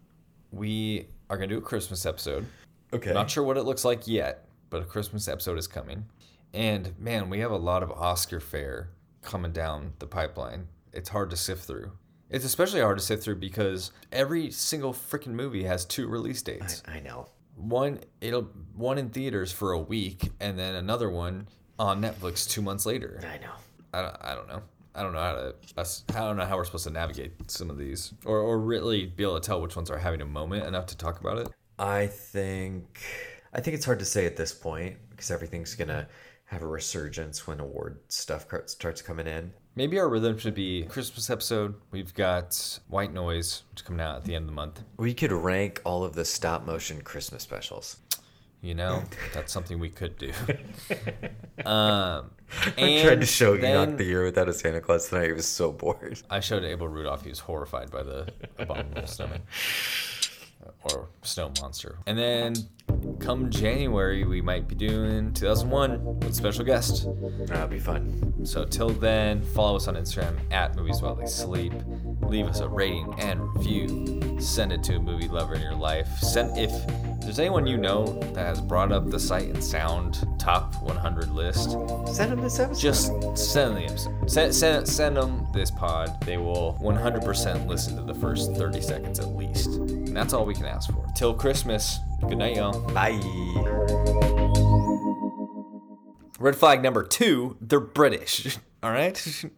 S2: we are gonna do a Christmas episode.
S3: Okay.
S2: Not sure what it looks like yet, but a Christmas episode is coming. And man, we have a lot of Oscar fare coming down the pipeline. It's hard to sift through. It's especially hard to sift through because every single freaking movie has two release dates
S3: I know.
S2: one it'll one in theaters for a week and then another one on Netflix two months later.
S3: I know.
S2: I don't, I don't know. I don't know how to. that's- I don't know how we're supposed to navigate some of these, or or really be able to tell which ones are having a moment enough to talk about it.
S3: I think. I think it's hard to say at this point because everything's gonna have a resurgence when award stuff cr- starts coming in.
S2: Maybe our rhythm should be Christmas episode. We've got White Noise, which is coming out at the end of the month.
S3: We could rank all of the stop motion Christmas specials. *laughs*
S2: You know, that's something we could do. um,
S3: I tried to show Enoch the year without a Santa Claus tonight. He was so bored.
S2: I showed Abel Rudolph. He was horrified by the abominable
S3: *laughs*
S2: snowman or snow monster. And then come January, we might be doing 2001 with special guest.
S3: That'll be fun.
S2: So till then, follow us on Instagram at Movies While They Sleep. Leave us a rating and review. Send it to a movie lover in your life. Send if there's anyone you know that has brought up the Sight and Sound Top 100 list.
S3: Send him this episode.
S2: Just send them. Send, send, send them this pod. They will 100% listen to the first 30 seconds at least. And that's all we can ask for. Till Christmas. Good night, y'all.
S3: Bye.
S2: Red flag number two, they're British. *laughs* All right?